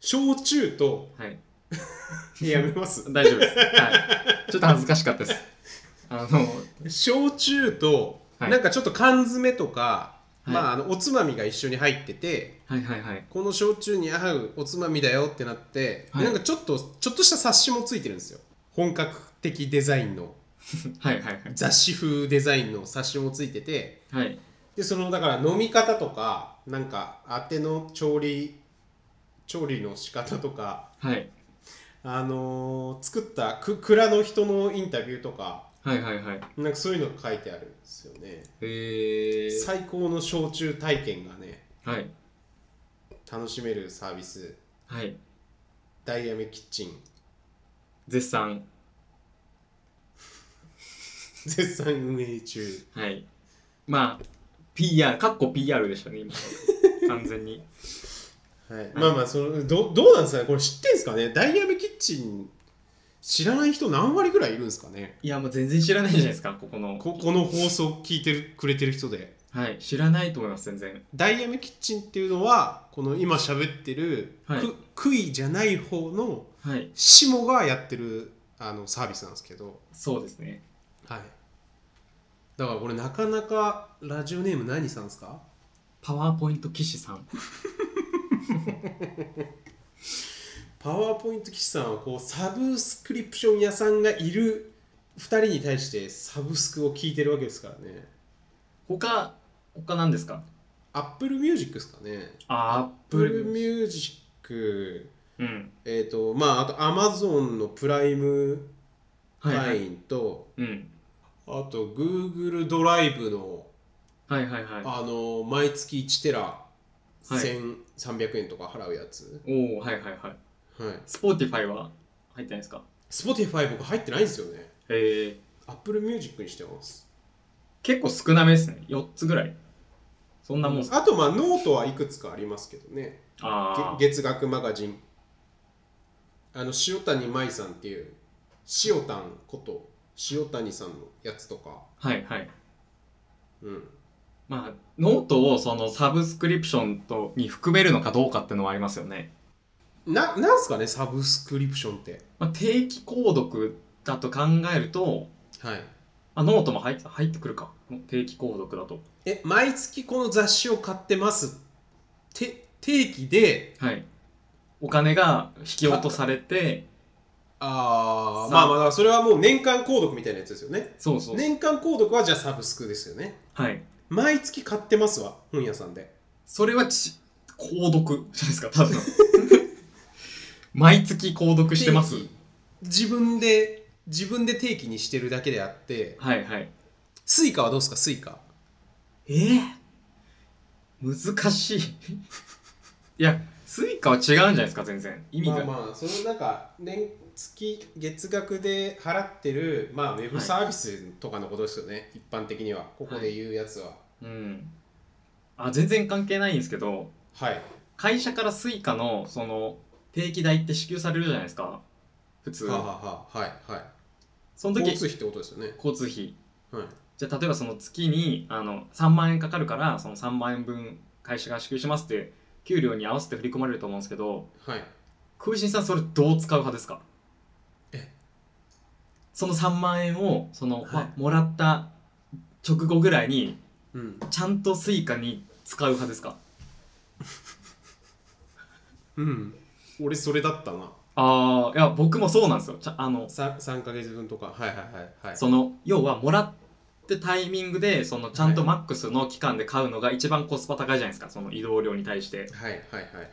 Speaker 2: 焼酎 と
Speaker 1: はい
Speaker 2: えやめます
Speaker 1: 大丈夫です、 はい、ちょっと恥ずかしかったですあの
Speaker 2: 焼酎と、
Speaker 1: はい
Speaker 2: なんかちょっと缶詰とか、
Speaker 1: はい
Speaker 2: まあ、あのおつまみが一緒に入ってて
Speaker 1: はいはいはい
Speaker 2: この焼酎に合うおつまみだよってなって、
Speaker 1: はい
Speaker 2: なんかちょっとちょっとした冊子もついてるんですよ本格的デザインの
Speaker 1: はいはいはい
Speaker 2: 雑誌風デザインの冊子もついてて
Speaker 1: はい
Speaker 2: でそのだから飲み方とかなんかあての調理調理の仕方とか
Speaker 1: はい
Speaker 2: あのー作ったく蔵の人のインタビューとか
Speaker 1: はいはいはい
Speaker 2: なんかそういうのが書いてあるんですよね
Speaker 1: えー、
Speaker 2: 最高の焼酎体験がね
Speaker 1: はい
Speaker 2: 楽しめるサービス
Speaker 1: はい
Speaker 2: ダイヤメキッチン
Speaker 1: 絶賛
Speaker 2: 絶賛運営中
Speaker 1: はいまあ PR かっこ PR でした ね今完全に
Speaker 2: はい、まあまあそのどどうなんですかねこれ知ってんですかねダイヤメキッチン知らない人何割ぐらいいるんですかね
Speaker 1: いやもう全然知らないじゃないですかここの
Speaker 2: ここの放送聞いてるくれてる人で
Speaker 1: はい知らないと思います全然
Speaker 2: ダイヤメキッチンっていうのはこの今喋ってる、
Speaker 1: はい
Speaker 2: くクイじゃない方の
Speaker 1: はい
Speaker 2: シモがやってるあのサービスなんですけど、
Speaker 1: そうですね
Speaker 2: はい、だからこれなかなかラジオネーム何さんですか
Speaker 1: パワーポイント騎士さん
Speaker 2: パワーポイント騎士さんはこうサブスクリプション屋さんがいる2人に対してサブスクを聞いてるわけですからね
Speaker 1: 他他何ですか
Speaker 2: アップルミュージックですかね
Speaker 1: あ
Speaker 2: アップルミュージック
Speaker 1: うん
Speaker 2: えっ、とまああとアマゾンのプライム
Speaker 1: はいはい、
Speaker 2: 会員と、
Speaker 1: うん
Speaker 2: あと Google ドライブの
Speaker 1: はいはいは
Speaker 2: あの毎月1テラ
Speaker 1: い
Speaker 2: 1300円とか払うやつ、
Speaker 1: いおおはいはいはい
Speaker 2: はい、
Speaker 1: スポーティファイは入ってないですか
Speaker 2: Spotify 僕入ってないんですよね
Speaker 1: へえ
Speaker 2: Apple Music にしてます
Speaker 1: 結構少なめですね4つぐらいそんなもんすか、
Speaker 2: あとまあノートはいくつかありますけどね
Speaker 1: ああ
Speaker 2: げ月額マガジンあの塩谷舞さんっていう塩谷こと塩谷さんのやつとか
Speaker 1: はいはい
Speaker 2: うん
Speaker 1: まあノートをそのサブスクリプションとに含めるのかどうかってのはありますよね、
Speaker 2: ななんすかねサブスクリプションって
Speaker 1: まあ、定期購読だと考えると
Speaker 2: はい
Speaker 1: あノートも入って入ってくるか定期購読だと
Speaker 2: え毎月この雑誌を買ってますて定期で
Speaker 1: はいお金が引き落とされて
Speaker 2: ああ
Speaker 1: さ
Speaker 2: ま
Speaker 1: あ
Speaker 2: あまあだからそれはもう年間購読みたいなやつですよね
Speaker 1: そうそうそう、
Speaker 2: 年間購読はじゃあサブスクですよね
Speaker 1: はい
Speaker 2: 毎月買ってますわ本屋さんで
Speaker 1: それはち購読じゃないですか多分 毎月購読してます
Speaker 2: 定期自分で自分で定期にしてるだけであって
Speaker 1: はいはい
Speaker 2: スイカはどうですかスイカ
Speaker 1: えー、難しいいやスイカは違うんじゃないですか全然意味が、
Speaker 2: まあまあそのなんか年月月額で払ってる、まあ、ウェブ
Speaker 1: はい
Speaker 2: サービスとかのことですよね、一般的にはここで言うやつは
Speaker 1: うんあ全然関係ないんですけど
Speaker 2: はい、
Speaker 1: 会社からスイカのその定期代って支給されるじゃないですか普通
Speaker 2: はあはあはあはいはい
Speaker 1: その時
Speaker 2: 交通費ってことですよね
Speaker 1: 交通費
Speaker 2: はい
Speaker 1: じゃあ例えばその月にあの3万円かかるからその3万円分会社が支給しますって給料に合わせて振り込まれると思うんですけど
Speaker 2: はい
Speaker 1: 空心さんそれどう使う派ですか
Speaker 2: え
Speaker 1: その3万円をその、
Speaker 2: はい
Speaker 1: まもらった直後ぐらいに
Speaker 2: うん
Speaker 1: ちゃんとスイカに使う派ですか
Speaker 2: うん俺それだったな
Speaker 1: ああいや僕もそうなんですよちゃあの
Speaker 2: 3, 3ヶ月分とかはいはいはいはい
Speaker 1: その要はもらってタイミングでそのちゃんとマックスの期間で買うのが一番コスパ高いじゃないですかその移動量に対して
Speaker 2: はいはいはい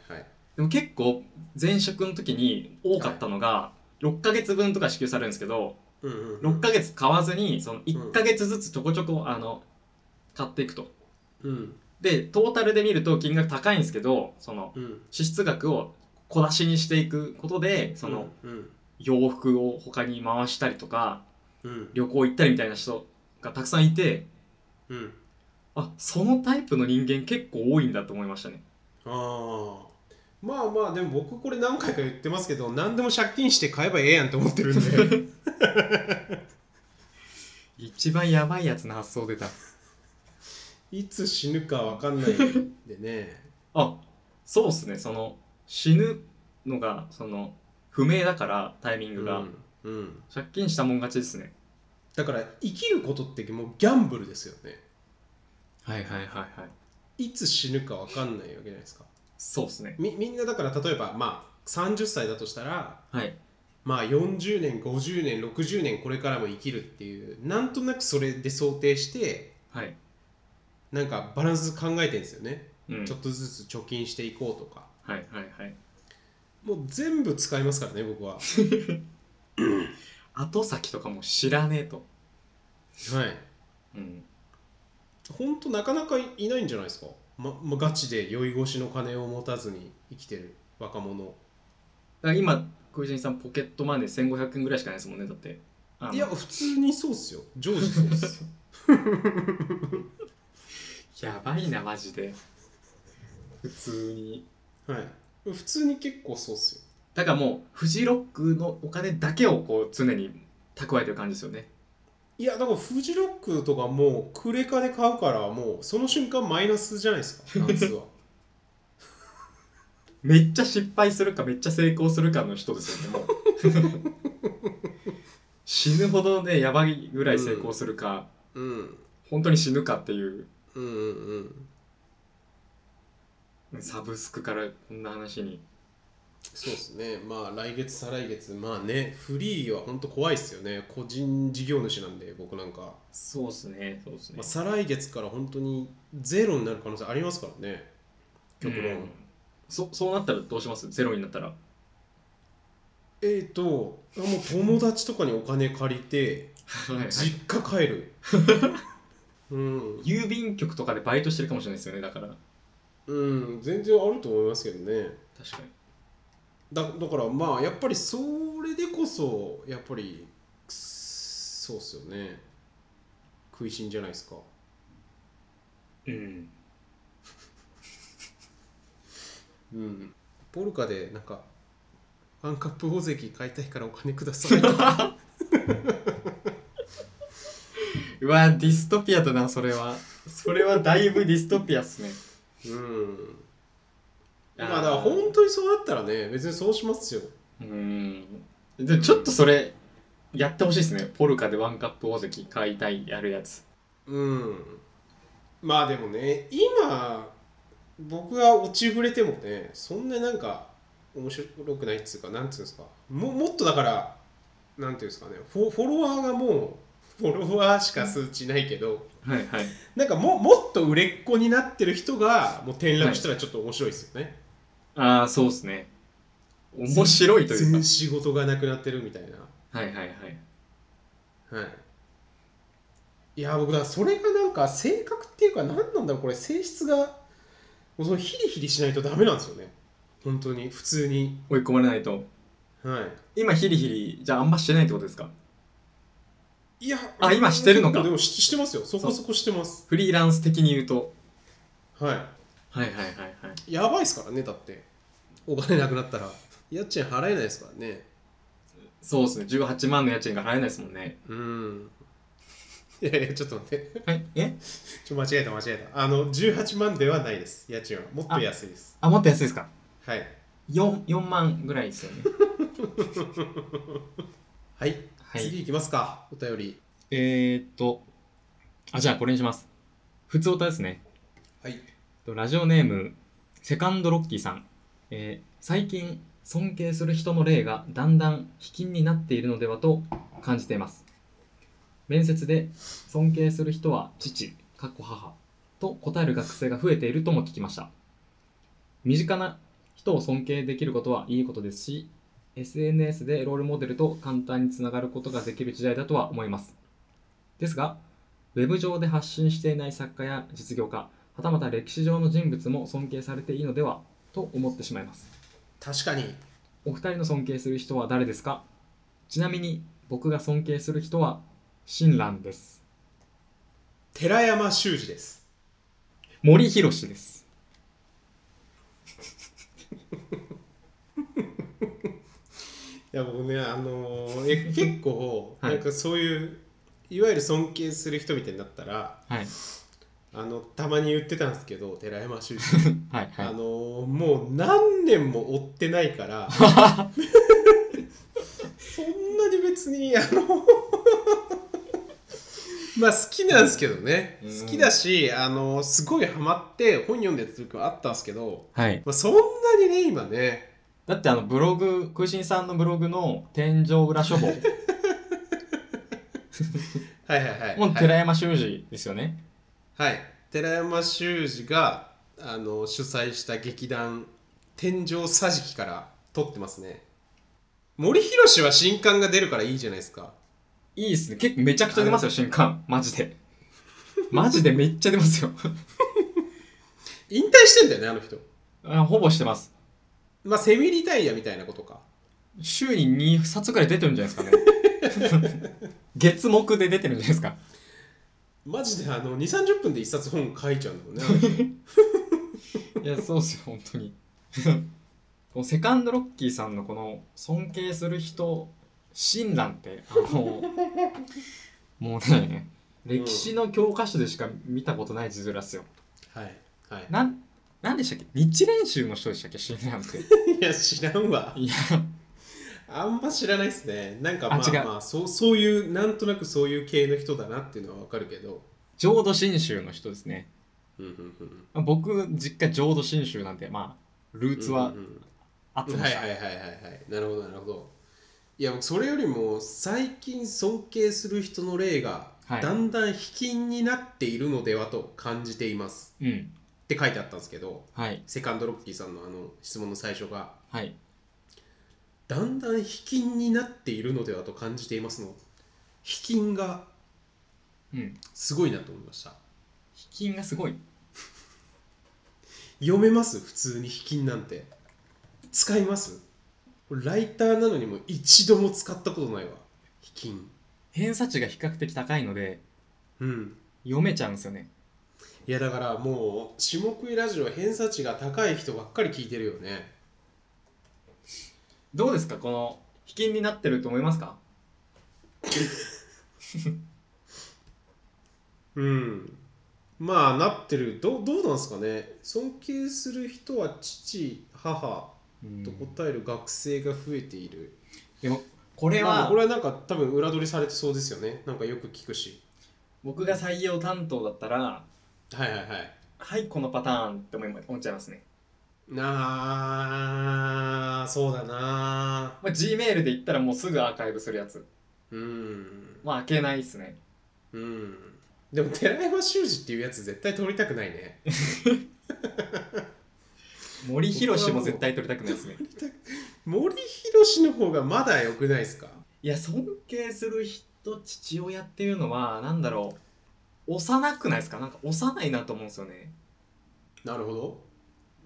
Speaker 2: はい
Speaker 1: でも結構前職の時に多かったのが6ヶ月分とか支給されるんですけど
Speaker 2: うんうん
Speaker 1: 6ヶ月買わずにその1ヶ月ずつちょこちょこあの買っていくと
Speaker 2: うん
Speaker 1: でトータルで見ると金額高いんですけどその
Speaker 2: うん
Speaker 1: 支出額を小出しにしていくことでその
Speaker 2: うん
Speaker 1: 洋服を他に回したりとか
Speaker 2: うん
Speaker 1: 旅行行ったりみたいな人がたくさんいて
Speaker 2: うん
Speaker 1: あそのタイプの人間結構多いんだと思いました ね
Speaker 2: ああまあまあでも僕これ何回か言ってますけど何でも借金して買えばええやんと思ってる んで
Speaker 1: 一番やばいやつの発想出た
Speaker 2: いつ死ぬか分かんないんでね
Speaker 1: あそうっすねその死ぬのがその不明だからタイミン
Speaker 2: う
Speaker 1: グが、
Speaker 2: ん、うん、
Speaker 1: 借金したもん勝ちですね
Speaker 2: だから生きることってもうギャンブルですよね
Speaker 1: はいはいはいはい
Speaker 2: いつ死ぬか分かんないわけじゃないですか
Speaker 1: そうっすね
Speaker 2: みみんなだから例えばまあ30歳だとしたら
Speaker 1: はい
Speaker 2: まあ40年50年60年これからも生きるっていうなんとなくそれで想定して
Speaker 1: はい、
Speaker 2: なんかバランス考えてるんですよね、
Speaker 1: うん、
Speaker 2: ちょっとずつ貯金していこうとか
Speaker 1: はいはいはい
Speaker 2: もう全部使いますからね僕はは
Speaker 1: 後先とかも知らねえと、
Speaker 2: い
Speaker 1: うん、
Speaker 2: ほんとなかなかいないんじゃないですかま、まガチで酔い越しの金を持たずに生きてる若
Speaker 1: だ
Speaker 2: 者
Speaker 1: から今小泉さんポケットマネー1500円ぐらいしかないですもんねだってあの
Speaker 2: いや普通にそうっすよ常時そうっす
Speaker 1: やばいなマジで普通に
Speaker 2: はい普通に結構そうっすよ
Speaker 1: だからもうフジロックのお金だけをこう常に蓄えてる感じですよね
Speaker 2: いやだからフジロックとかもうクレカで買うからもうその瞬間マイナスじゃないですか夏は
Speaker 1: めっちゃ失敗するかめっちゃ成功するかの人ですよねもう 死ぬほどねやばいぐらい成功するか、
Speaker 2: うん
Speaker 1: 本当に死ぬかっていう
Speaker 2: うんうんうん
Speaker 1: サブスクからこんな話に
Speaker 2: そうですねまあ来月再来月まあねフリーは本当怖いですよね個人事業主なんで僕なんか、
Speaker 1: そうですねそうですね
Speaker 2: まあ、再来月から本当にゼロになる可能性ありますからね極論、
Speaker 1: うんそそうなったらどうしますゼロになったら
Speaker 2: えっ、ともう友達とかにお金借りて実家帰る うん
Speaker 1: 郵便局とかでバイトしてるかもしれないですよねだから
Speaker 2: うん全然あると思いますけどね
Speaker 1: 確かに
Speaker 2: だだからまあやっぱりそれでこそやっぱりそうっすよね食いしんじゃないですか
Speaker 1: うん
Speaker 2: うんポルカでなんかワンカップ大関買いたいからお金ください
Speaker 1: うわディストピアだなそれはそれはだいぶディストピアっすね
Speaker 2: うん
Speaker 1: あ
Speaker 2: ま
Speaker 1: ー
Speaker 2: あだから本当にそうだったらね別にそうしますよ
Speaker 1: うんでちょっとそれやってほしいですねポルカでワンカップ大関買いたいやるやつ
Speaker 2: うんまあでもね今僕が落ちぶれてもねそんななんか面白くないっつうかなんつうんですかももっとだからなんていうんですかねフォフォロワーがもうフォロワーしか数値ないけど
Speaker 1: はいはい
Speaker 2: なんかももっと売れっ子になってる人がもう転落したらちょっと面白いですよね、
Speaker 1: ああそうっすね面白いという
Speaker 2: 全
Speaker 1: か
Speaker 2: 仕事がなくなってるみたいな
Speaker 1: はいはいはい
Speaker 2: はいいや僕だからそれがなんか性格っていうか何なんだろうこれ性質がもうそのヒリヒリしないとダメなんですよね本当に普通に
Speaker 1: 追い込まれないと
Speaker 2: は
Speaker 1: 今ヒリヒリじゃああんましてないってことですか
Speaker 2: いいや
Speaker 1: あ今してるのか
Speaker 2: でもししてますよそこそこしてます
Speaker 1: フリーランス的に言うと
Speaker 2: は
Speaker 1: はいはいはいはい
Speaker 2: いやばいですからねだってお金なくなったら家賃払えないですからね
Speaker 1: そうですね18万の家賃が払えないですもんね
Speaker 2: うんいやいやちょっと待って
Speaker 1: はいえ
Speaker 2: ちょ間違えた間違えたあの18万ではないです家賃はもっと安いです
Speaker 1: あもっと安いですか
Speaker 2: はい
Speaker 1: 4 4万ぐらいですよ ね
Speaker 2: はい、
Speaker 1: はい
Speaker 2: 次いきますかお便り
Speaker 1: えーっとあじゃあこれにします普通歌ですね
Speaker 2: はい
Speaker 1: とラジオネームセカンドロッキーさん、えー最近尊敬する人の霊がだんだん卑近になっているのではと感じています面接で尊敬する人は父かっこ母と答える学生が増えているとも聞きました身近な人を尊敬できることはいいことですし SNS でロールモデルと簡単につながることができる時代だとは思いますですがウェブ上で発信していない作家や実業家はたまた歴史上の人物も尊敬されていいのではと思ってしまいます
Speaker 2: 確かに
Speaker 1: お二人の尊敬する人は誰ですかちなみに僕が尊敬する人は親鸞です
Speaker 2: 寺山修司です
Speaker 1: 森博です
Speaker 2: いや僕ねあの ーえ結構
Speaker 1: は
Speaker 2: ないんかそういういわゆる尊敬する人みたいになったら
Speaker 1: はい
Speaker 2: あのたまに言ってたんですけど寺山修司
Speaker 1: はい
Speaker 2: あ
Speaker 1: はい
Speaker 2: のーもう何年も追ってないか らそんなに別にあの まあ好きなんですけどね
Speaker 1: うん
Speaker 2: 好きだしあのーすごいハマって本読んでた時はあったんですけど、
Speaker 1: はい
Speaker 2: まあ、そんなにね今ね
Speaker 1: だってあのブログ空心さんのブログの天井裏 書房
Speaker 2: はいはいはい
Speaker 1: もう寺山修司ですよね
Speaker 2: はい、寺山修司があの主催した劇団「天井桟敷」から撮ってますね森博は新刊が出るからいいじゃないですか
Speaker 1: いいっすね結構めちゃくちゃ出ますよ新刊マジでマジでめっちゃ出ますよ
Speaker 2: 引退してんだよねあの人
Speaker 1: あほぼしてます
Speaker 2: まあセミリタイヤみたいなことか
Speaker 1: 週に2冊ぐらい出てるんじゃないですかね月目で出てるんじゃないですか
Speaker 2: マジであの2 3 0分で1冊本書いちゃうんだもん ね
Speaker 1: いやそうっすよ本当に このセカンドロッキーさんのこの尊敬する人親鸞ってあ のもうね歴史の教科書でしか見たことない字面っすよ
Speaker 2: はいはい
Speaker 1: なんなんでしたっけ日蓮宗の人でしたっけ親鸞って
Speaker 2: いや知らん わ
Speaker 1: いや
Speaker 2: あんま知らないっすねなんか
Speaker 1: あ
Speaker 2: まあ
Speaker 1: 違う
Speaker 2: まあそうそういうなんとなくそういう系の人だなっていうのはわかるけど
Speaker 1: 浄土真宗の人ですね
Speaker 2: うんうんうん
Speaker 1: まあ僕実家浄土真宗なんでまあルーツは
Speaker 2: うんうん
Speaker 1: あって
Speaker 2: うん
Speaker 1: ま
Speaker 2: はい
Speaker 1: した、
Speaker 2: はいはいはいはいなるほどなるほどいや僕それよりも最近尊敬する人の例が
Speaker 1: はい
Speaker 2: だんだん卑近になっているのではと感じています、
Speaker 1: うん
Speaker 2: って書いてあったんですけど
Speaker 1: はい
Speaker 2: セカンドロッキーさんのあの質問の最初が
Speaker 1: はい
Speaker 2: だんだん卑近になっているのではと感じていますの卑近が
Speaker 1: うん
Speaker 2: すごいなと思いました
Speaker 1: 秘近がすごい
Speaker 2: 読めます普通に卑近なんて使います俺ライターなのにも一度も使ったことないわ卑近
Speaker 1: 偏差値が比較的高いので
Speaker 2: うん
Speaker 1: 読めちゃうんですよね
Speaker 2: いやだからもう下食いラジオは偏差値が高い人ばっかり聞いてるよね
Speaker 1: どうですかこの秘近になってると思いますか
Speaker 2: うんまあなってるどうどうなんですかね尊敬する人は父母と答える学生が増えている、
Speaker 1: でもこれ
Speaker 2: まあ
Speaker 1: は
Speaker 2: これはなんか多分裏取りされてそうですよねなんかよく聞くし
Speaker 1: 僕が採用担当だったら
Speaker 2: はいはいはい
Speaker 1: はいこのパターンって思い思っちゃいますね、
Speaker 2: なあそうだな
Speaker 1: まあ、G メールで言ったらもうすぐアーカイブするやつ
Speaker 2: うん
Speaker 1: まあ開けないっすね
Speaker 2: うんでも寺山修司っていうやつ絶対取りたくないね
Speaker 1: 森博氏も絶対取りたくないですね
Speaker 2: 森博氏の方がまだ良くないですか
Speaker 1: いや尊敬する人父親っていうのはなんだろう幼くないですかなんか幼いなと思うんですよね
Speaker 2: なるほど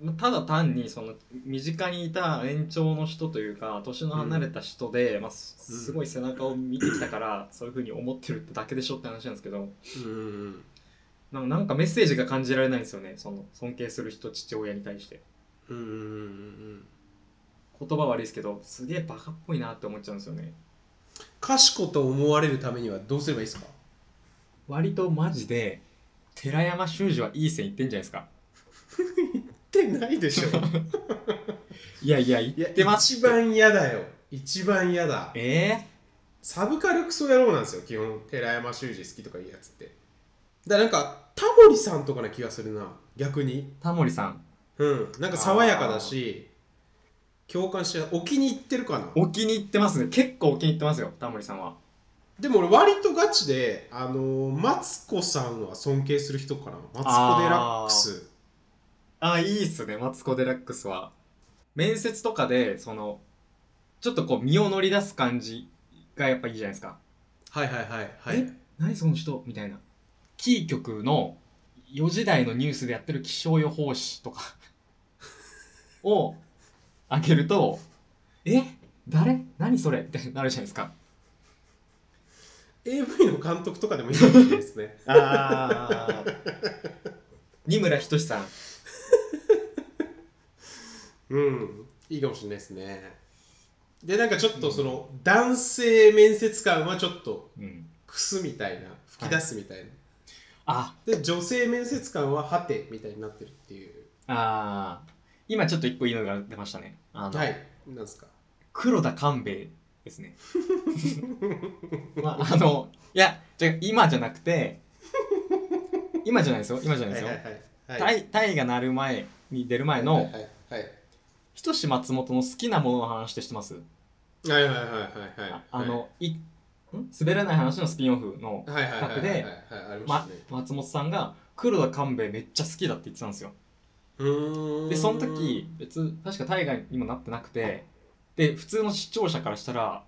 Speaker 1: まあただ単にその身近にいた年長の人というか年の離れた人で、まあ、すすごい背中を見てきたから、そういうふうに思ってるってだけでしょって話なんですけど
Speaker 2: うん
Speaker 1: なんかなんかメッセージが感じられないんですよねその尊敬する人父親に対して
Speaker 2: うんうんうんうん
Speaker 1: 言葉悪いですけどすげえバカっぽいなって思っちゃうんですよね
Speaker 2: 賢と思われるためにはどうすればいいですか
Speaker 1: 割とマジで寺山修司はいい線いってんじゃないですか
Speaker 2: って ないでしょ
Speaker 1: いやいや言ってます
Speaker 2: 一番嫌だよ一番嫌だ
Speaker 1: え
Speaker 2: サブカルクソ野郎なんですよ基本寺山修司好きとかいうやつってだからなんかタモリさんとかな気がするな逆に
Speaker 1: ー、タモリさん
Speaker 2: うんなんか爽やかだし共感してお気に入ってるかな
Speaker 1: お気に入ってますね結構お気に入ってますよタモリさんは
Speaker 2: でも俺割とガチであのーマツコさんは尊敬する人かなマツコ・デラックス
Speaker 1: あいいっすねマツコ・デラックスは面接とかでそのちょっとこう身を乗り出す感じがやっぱいいじゃないですか
Speaker 2: はいはいはいはい
Speaker 1: え何その人みたいなキー局の4時台のニュースでやってる気象予報士とか を開けるとえ誰何それってなるじゃないですか
Speaker 2: AV の監督とかでもいいかもしれないですね
Speaker 1: ああ 二村仁志さん
Speaker 2: うんいいかもしれないですねでなんかちょっとその、男性面接官はちょっと
Speaker 1: うん
Speaker 2: くすみたいな吹き出すみたいな、
Speaker 1: あ
Speaker 2: で女性面接官ははてみたいになってるっていう
Speaker 1: あー今ちょっと一個いいのが出ましたねあの、
Speaker 2: はいなんですか
Speaker 1: 黒田官兵衛ですね。まあ、あの、いや、じゃあ今じゃなくて、今じゃないですよ、今じゃないですよ。
Speaker 2: はい
Speaker 1: タイタイが鳴る前に出る前
Speaker 2: はい
Speaker 1: の、
Speaker 2: はいはい
Speaker 1: ひとし松本の好きなものの話って知ってます、
Speaker 2: はいはいはいはいはい
Speaker 1: ああの、い、ん滑らない話のスピンオフの、
Speaker 2: はいはいはいはい
Speaker 1: 企画で
Speaker 2: はいはいありまし
Speaker 1: ま
Speaker 2: たね、
Speaker 1: 松本さんが黒田官兵衛めっちゃ好きだって言ってたんですよ。
Speaker 2: うーん
Speaker 1: で、その時、別、確か大河にもなってなくて、で、普通の視聴者からしたら、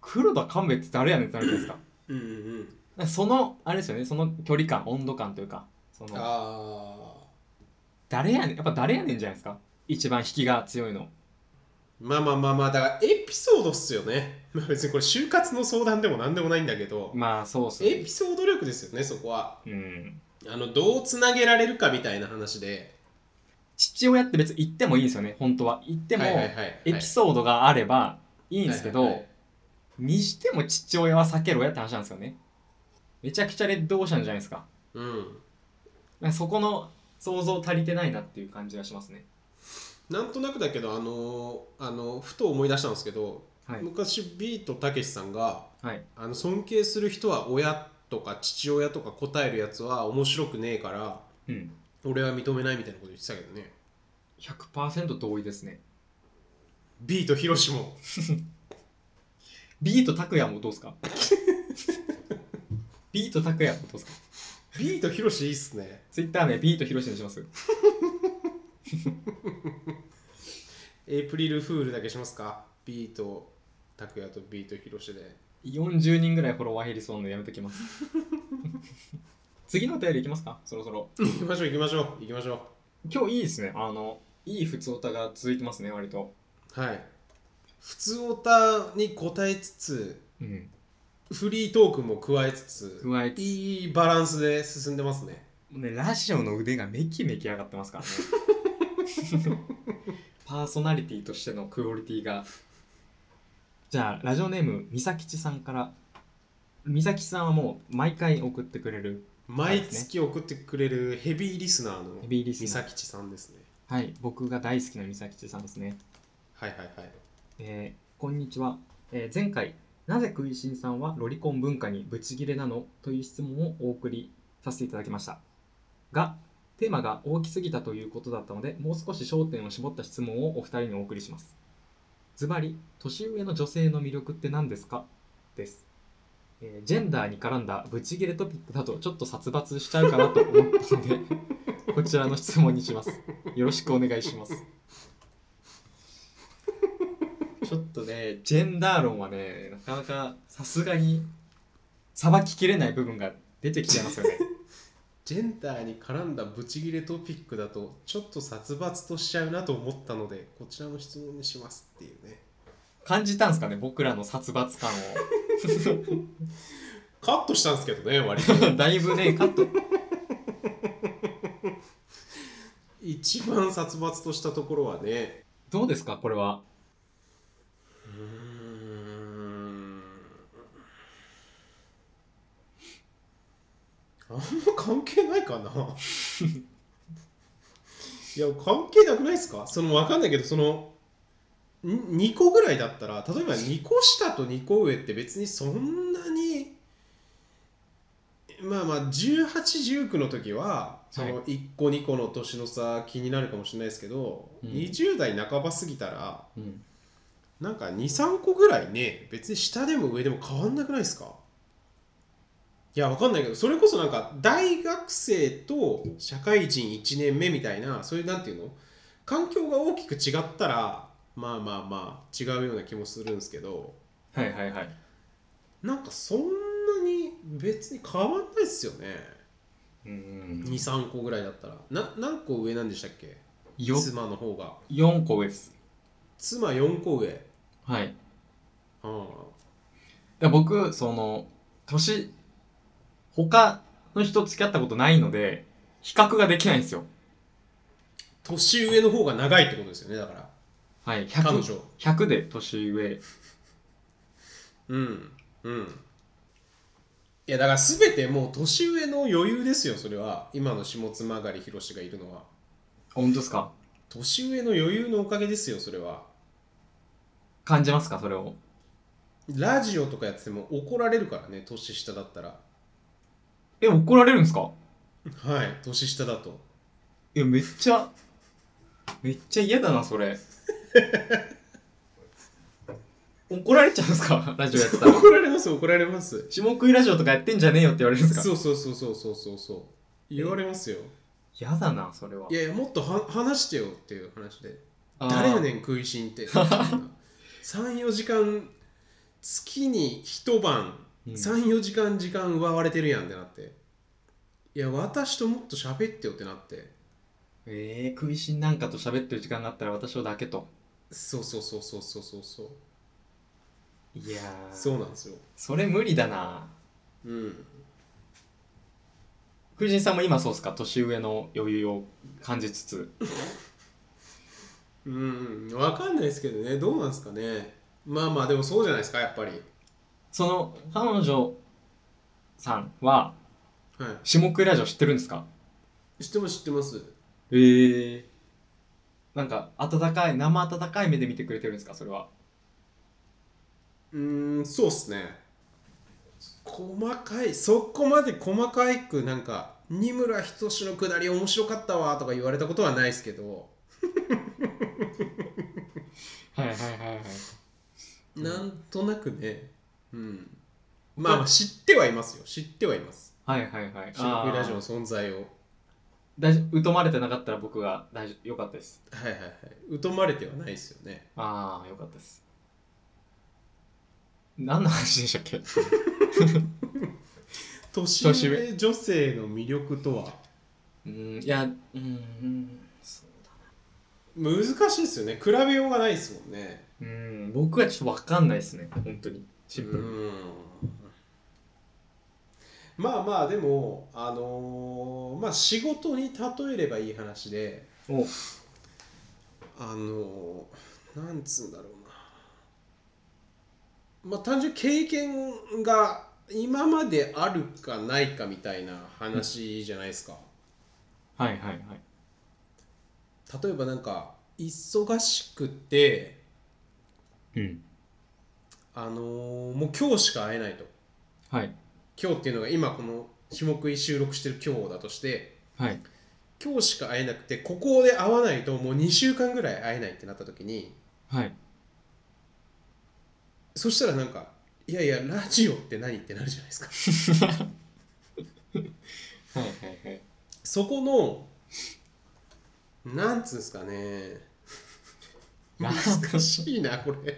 Speaker 1: 黒田官兵衛って誰やねんってなるじゃないですか。
Speaker 2: うんうんうん
Speaker 1: なんかそのあれですよねその距離感温度感というかその
Speaker 2: あ
Speaker 1: 誰やねんやっぱ誰やねんじゃないですか一番引きが強いの
Speaker 2: まあまあまあまあだからエピソードっすよね、 まあ、別にこれ就活の相談でも何でもないんだけど
Speaker 1: まあそうっす
Speaker 2: エ
Speaker 1: ね
Speaker 2: ピソード力ですよねそこは
Speaker 1: うん
Speaker 2: あのどうつなげられるかみたいな話で
Speaker 1: 父親って別に言ってもいいんですよね本当は言っても
Speaker 2: はいはいはい
Speaker 1: エピソードがあればいいんですけど、
Speaker 2: はいはいはい
Speaker 1: にしても父親は避けろやって話なんですよねめちゃくちゃレッドオーシャンじゃないですか
Speaker 2: うん
Speaker 1: なんかそこの想像足りてないなっていう感じがしますね
Speaker 2: なんとなくだけどあのあのふと思い出したんですけど、
Speaker 1: はい
Speaker 2: 昔ビートたけしさんが
Speaker 1: はい
Speaker 2: あの尊敬する人は親とか父親とか答えるやつは面白くねえから
Speaker 1: うん
Speaker 2: 俺は認めないみたいなこと言ってたけどね
Speaker 1: 100%同意ですね
Speaker 2: ビートひろし も
Speaker 1: ビート拓也もどうです かビート拓也もどうですか
Speaker 2: ビートひろしいいっすね
Speaker 1: ツイッター名ビートひろしにします
Speaker 2: エイプリルフールだけしますかビート拓也とビートひろしで
Speaker 1: 40人ぐらいフォロワー減りそうなのでやめとき ます次のお便りいきますかそろそろ
Speaker 2: 行きましょう行きましょう行きましょ
Speaker 1: 今日いいですねあのいい普通歌が続いてますね割と
Speaker 2: うはい普通オタに答えつつ
Speaker 1: うん
Speaker 2: フリートークも加えつつ
Speaker 1: 加えつつ
Speaker 2: いいバランスで進んでますね
Speaker 1: もうねラジオの腕がめきめき上がってますからねパーソナリティとしてのクオリティがじゃあラジオネームみさきちさんからみさきさんはもう毎回送ってくれる
Speaker 2: 毎月送ってくれるヘビーリスナーの
Speaker 1: ヘビーリス
Speaker 2: 三
Speaker 1: ナー
Speaker 2: 崎地さんですね
Speaker 1: はい僕が大好きなみさきちさんですね
Speaker 2: はいはいはい
Speaker 1: えーこんにちは、えー前回なぜ食いしんさんはロリコン文化にブチギレなのという質問をお送りさせていただきましたがテーマが大きすぎたということだったのでもう少し焦点を絞った質問をお二人にお送りしますズバリ年上の女性の魅力って何ですかです、えージェンダーに絡んだブチギレトピックだとちょっと殺伐しちゃうかなと思ったのでこちらの質問にしますよろしくお願いしますちょっとね、ジェンダー論はね、なかなかさすがにさばききれない部分が出てきちゃいますよね。
Speaker 2: ジェンダーに絡んだブチギレトピックだとちょっと殺伐としちゃうなと思ったのでこちらの質問にしますっていうね
Speaker 1: 感じたんですかね、僕らの殺伐感を。
Speaker 2: カットしたんですけどね割と
Speaker 1: だいぶね、カット。
Speaker 2: 一番殺伐としたところはね
Speaker 1: どうですか、これは。
Speaker 2: うーんあんま関係ないかないや関係なくないですかその分かんないけどその2個ぐらいだったら例えば2個下と2個上って別にそんなにまあまあ1819の時はその1個2個の年の差気になるかもしれないですけど、
Speaker 1: うん
Speaker 2: 20代半ば過ぎたら
Speaker 1: うん、
Speaker 2: なんか23個ぐらいね別に下でも上でも変わんなくないですかいやわかんないけどそれこそなんか大学生と社会人1年目みたいなそういうなんていうの環境が大きく違ったらまあまあまあ違うような気もするんですけど
Speaker 1: はいはいはい。
Speaker 2: なんかそんなに別に変わんないっすよね
Speaker 1: うん
Speaker 2: 23個ぐらいだったらな何個上なんでしたっけ
Speaker 1: よ
Speaker 2: 妻の方が
Speaker 1: 4個上です。
Speaker 2: 妻4個上
Speaker 1: はい。
Speaker 2: うん
Speaker 1: だ僕、その、年、他の人付き合ったことないので、比較ができないんですよ。
Speaker 2: 年上の方が長いってことですよねだから
Speaker 1: はい、
Speaker 2: 彼
Speaker 1: 100,
Speaker 2: 女
Speaker 1: 100で年上。
Speaker 2: うんうんいやだから全てもう年上の余裕ですよそれは今の下妻狩り広志がいるのは
Speaker 1: 本当ですか
Speaker 2: 年上の余裕のおかげですよそれは
Speaker 1: 感じますか、それを。
Speaker 2: ラジオとかやってても怒られるからね年下だったら
Speaker 1: え、怒られるんですか
Speaker 2: はい年下だと
Speaker 1: いや、めっちゃ、めっちゃ嫌だな、そ れ。怒られちゃうんですかラジオやってたら。
Speaker 2: 怒られます怒られます
Speaker 1: 下食いラジオとかやってんじゃねえよって言われるんですか
Speaker 2: そうそうそうそうそうそうそう言われますよ。
Speaker 1: 嫌だな、それはい
Speaker 2: やいやもっとは話してよっていう話で
Speaker 1: あー
Speaker 2: 誰やねん食い しんって34時間月に一晩
Speaker 1: うん
Speaker 2: 34時間時間奪われてるやんってなっていや私ともっと喋ってよってなって
Speaker 1: えー、食いしんなんかと喋ってる時間があったら私をだけと。
Speaker 2: そうそうそうそうそうそうそう
Speaker 1: いやー
Speaker 2: そうなんですよ
Speaker 1: それ無理だな
Speaker 2: うん
Speaker 1: 空人さんも今そうっすか年上の余裕を感じつつ
Speaker 2: うんわかんないですけどねどうなんですかねまあまあでもそうじゃないですかやっぱり
Speaker 1: その彼女さんは
Speaker 2: は
Speaker 1: 下クラジオ知ってるんですか
Speaker 2: い知ってます知ってます
Speaker 1: ええなんか温かい生温かい目で見てくれてるんですかそれは
Speaker 2: うーんそうっすね細かいそこまで細かいくなんか「二村仁のくだり面白かったわ」とか言われたことはないですけど、
Speaker 1: はいはいはいはいうん
Speaker 2: なんとなくねうんまあまあ知ってはいますよ知ってはいます
Speaker 1: はいはいはい
Speaker 2: 「シルクラジオ」の存在を
Speaker 1: 大丈夫疎まれてなかったら僕が大丈夫よかったです
Speaker 2: はいはいはい疎まれてはないですよね
Speaker 1: ああよかったです何の話でしたっけ
Speaker 2: 年上女性の魅力とは
Speaker 1: うんいやうんうんそうだ
Speaker 2: 難しいですよね比べようがないですもんね
Speaker 1: うん僕はちょっと分かんないですね本当にシンプルに、
Speaker 2: うんまあまあでもあのーまあ仕事に例えればいい話で
Speaker 1: お
Speaker 2: あのーなんつうんだろうなまあ単純に経験が今まであるかないかみたいな話じゃないですか、
Speaker 1: はいはいはい
Speaker 2: 例えばなんか忙しくて
Speaker 1: うん
Speaker 2: あのーもう今日しか会えないと
Speaker 1: はい
Speaker 2: 今日っていうのが今この下食い収録してる今日だとして
Speaker 1: はい
Speaker 2: 今日しか会えなくてここで会わないともう2週間ぐらい会えないってなった時に
Speaker 1: はい
Speaker 2: そしたらなんか「いやいやラジオって何?」ってなるじゃないですか
Speaker 1: はいはいはい
Speaker 2: そこのなんつうんですかね
Speaker 1: なんか
Speaker 2: 難しいなこれ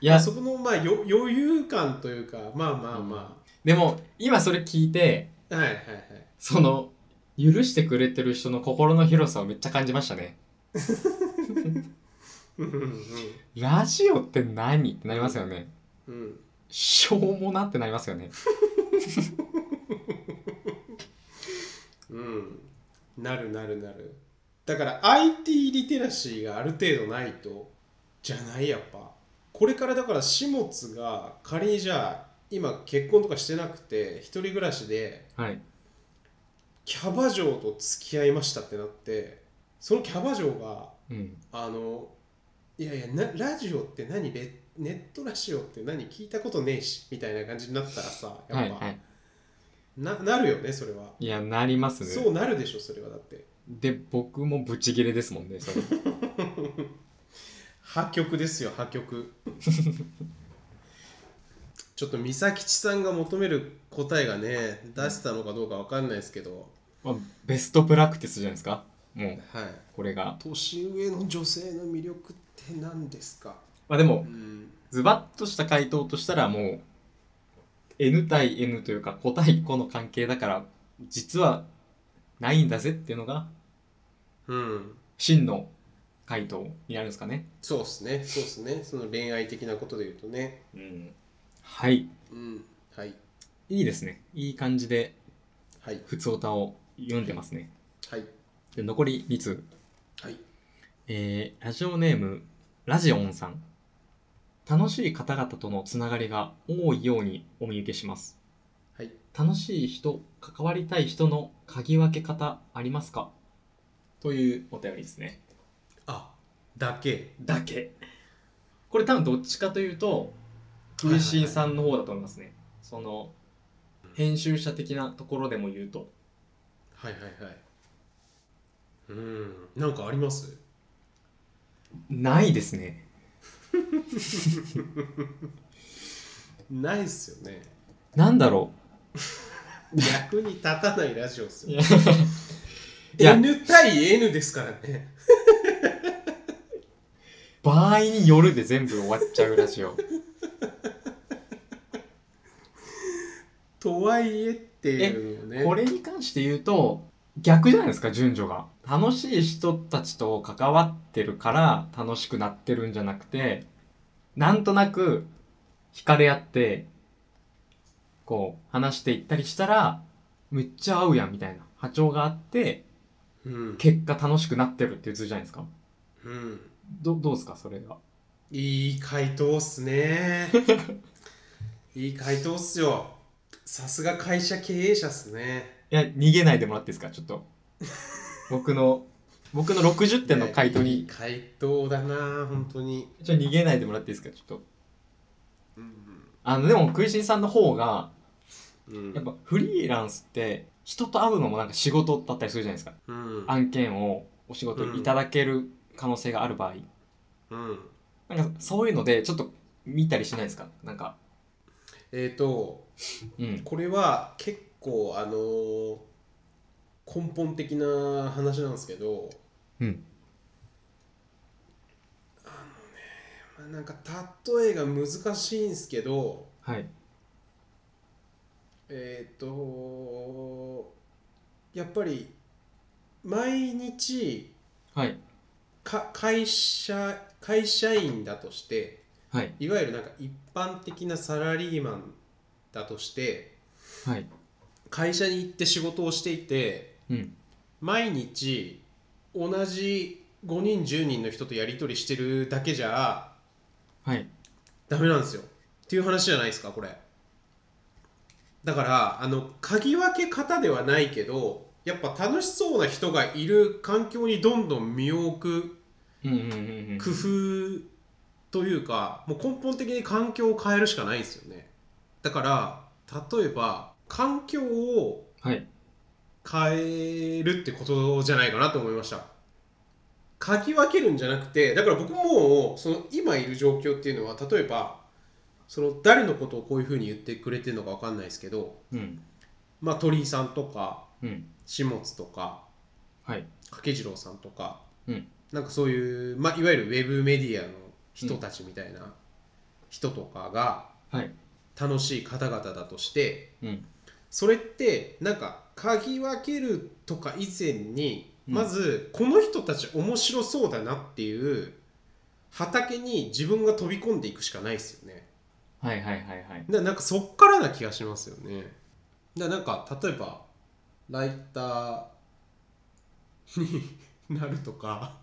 Speaker 1: いや
Speaker 2: そこのまあよ余裕感というかまあまあま
Speaker 1: でも今それ聞いて
Speaker 2: あ、はいはいはい
Speaker 1: その許してくれてる人の心の広さをめっちゃ感じましたね
Speaker 2: うんうん
Speaker 1: ラジオって何ってなりますよね
Speaker 2: うんうん
Speaker 1: しょうもなってなりますよね
Speaker 2: うん、なるなるなるだから IT リテラシーがある程度ないとじゃないやっぱこれからだから始末が仮にじゃあ今結婚とかしてなくて一人暮らしで
Speaker 1: はい
Speaker 2: キャバ嬢と付き合いましたってなってそのキャバ嬢が
Speaker 1: うん
Speaker 2: あのいやいやなラジオって何レネットラジオって何聞いたことねえしみたいな感じになったらさやっぱ、
Speaker 1: はいはい
Speaker 2: ななるよねそれはい
Speaker 1: やなりますね
Speaker 2: そうなるでしょそれはだって
Speaker 1: で僕もブチギレですもんねそれ
Speaker 2: 破局ですよ 破局ちょっと美咲ちさんが求める答えがね出せたのかどうかわかんないですけど、
Speaker 1: まあベストプラクティスじゃないですかもう
Speaker 2: はい
Speaker 1: これが
Speaker 2: 年上の女性の魅力って何ですか
Speaker 1: まあで
Speaker 2: う
Speaker 1: も
Speaker 2: ん
Speaker 1: ズバッとした回答としたらもう N 対 N というか個対個の関係だから実はないんだぜっていうのが
Speaker 2: うん
Speaker 1: 真の回答になるんですかね。
Speaker 2: そうっすねそうっすねその恋愛的なことで言うとね
Speaker 1: うん、はい。
Speaker 2: うんはい
Speaker 1: いいですね。いい感じで、
Speaker 2: はい
Speaker 1: 普通歌を読んでますね。
Speaker 2: はい
Speaker 1: で残り2通。
Speaker 2: はい
Speaker 1: えーラジオネーム、ラジオンさん。楽しい方々とのつながりが多いようにお見受けします。
Speaker 2: はい
Speaker 1: 楽しい人、関わりたい人の鍵分け方ありますかというお便りですね。
Speaker 2: あだけ
Speaker 1: だけ。これ多分どっちかというと、クイシンさんの方だと思いますね。その、編集者的なところでも言うと。
Speaker 2: はいはいはいうんなんかあります
Speaker 1: ないですね。
Speaker 2: ないっすよね
Speaker 1: なんだろ
Speaker 2: 役に立たないラジオっす
Speaker 1: う。い
Speaker 2: よ
Speaker 1: や、 いや
Speaker 2: N 対 N ですからね
Speaker 1: 場合によるで全部終わっちゃうラ ジオ。
Speaker 2: とはいえっていうのね
Speaker 1: これに関して言うと、逆じゃないですか、順序が。楽しい人たちと関わってるから楽しくなってるんじゃなくてなんとなく惹かれ合ってこう話していったりしたらめっちゃ合うやんみたいな波長があって
Speaker 2: うん、
Speaker 1: 結果楽しくなってるっていう図じゃないですか
Speaker 2: うん、
Speaker 1: どどうですかそれはい
Speaker 2: い回答っす ねいい回答っすよさすが会社経営者っすね
Speaker 1: いや逃げないでもらっていいですかちょっと僕の僕の60点の回答
Speaker 2: いやいい
Speaker 1: に
Speaker 2: 回答だな本当に、
Speaker 1: ちょっと逃げないでもらっていいですかちょっと
Speaker 2: うん
Speaker 1: あのでも食いしんさんの方が
Speaker 2: うん
Speaker 1: やっぱフリーランスって人と会うのもなんか仕事だったりするじゃないですか
Speaker 2: うん
Speaker 1: 案件をお仕事いただける可能性がある場合、
Speaker 2: うん
Speaker 1: なんかそういうのでちょっと見たりしないですかなんか
Speaker 2: えっ、と
Speaker 1: うん
Speaker 2: これは結構あのー根本的な話なんですけど
Speaker 1: うん
Speaker 2: まあなんか例えが難しいんですけど
Speaker 1: はい
Speaker 2: えっ、とやっぱり毎日
Speaker 1: はい
Speaker 2: か会社会社員だとして
Speaker 1: はい
Speaker 2: いわゆるなんか一般的なサラリーマンだとして
Speaker 1: はい
Speaker 2: 会社に行って仕事をしていて
Speaker 1: うん
Speaker 2: 毎日同じ5人10人の人とやり取りしてるだけじゃ
Speaker 1: はい
Speaker 2: ダメなんですよっていう話じゃないですかこれだからあの鍵分け方ではないけどやっぱ楽しそうな人がいる環境にどんどん身を置く
Speaker 1: うんうんうんうん
Speaker 2: 工夫というかもう根本的に環境を変えるしかないんですよねだから例えば環境を
Speaker 1: はい
Speaker 2: 変えるってことじゃないかなと思いました書き分けるんじゃなくてだから僕もその今いる状況っていうのは例えばその誰のことをこういうふうに言ってくれてるのか分かんないですけど、
Speaker 1: うん
Speaker 2: まあ、鳥居さんとか
Speaker 1: うん
Speaker 2: 下津とか
Speaker 1: はい
Speaker 2: 掛次郎さんとか、
Speaker 1: うん
Speaker 2: なんかそういう、まあ、いわゆるウェブメディアの人たちみたいな人とかが
Speaker 1: はい
Speaker 2: 楽しい方々だとして、
Speaker 1: うん
Speaker 2: それってなんか嗅ぎ分けるとか以前に
Speaker 1: うん
Speaker 2: まずこの人たち面白そうだなっていう畑に自分が飛び込んでいくしかないですよね。
Speaker 1: はいはいはいはい
Speaker 2: ななんかそっからな気がしますよね。だなんか例えばライターになるとか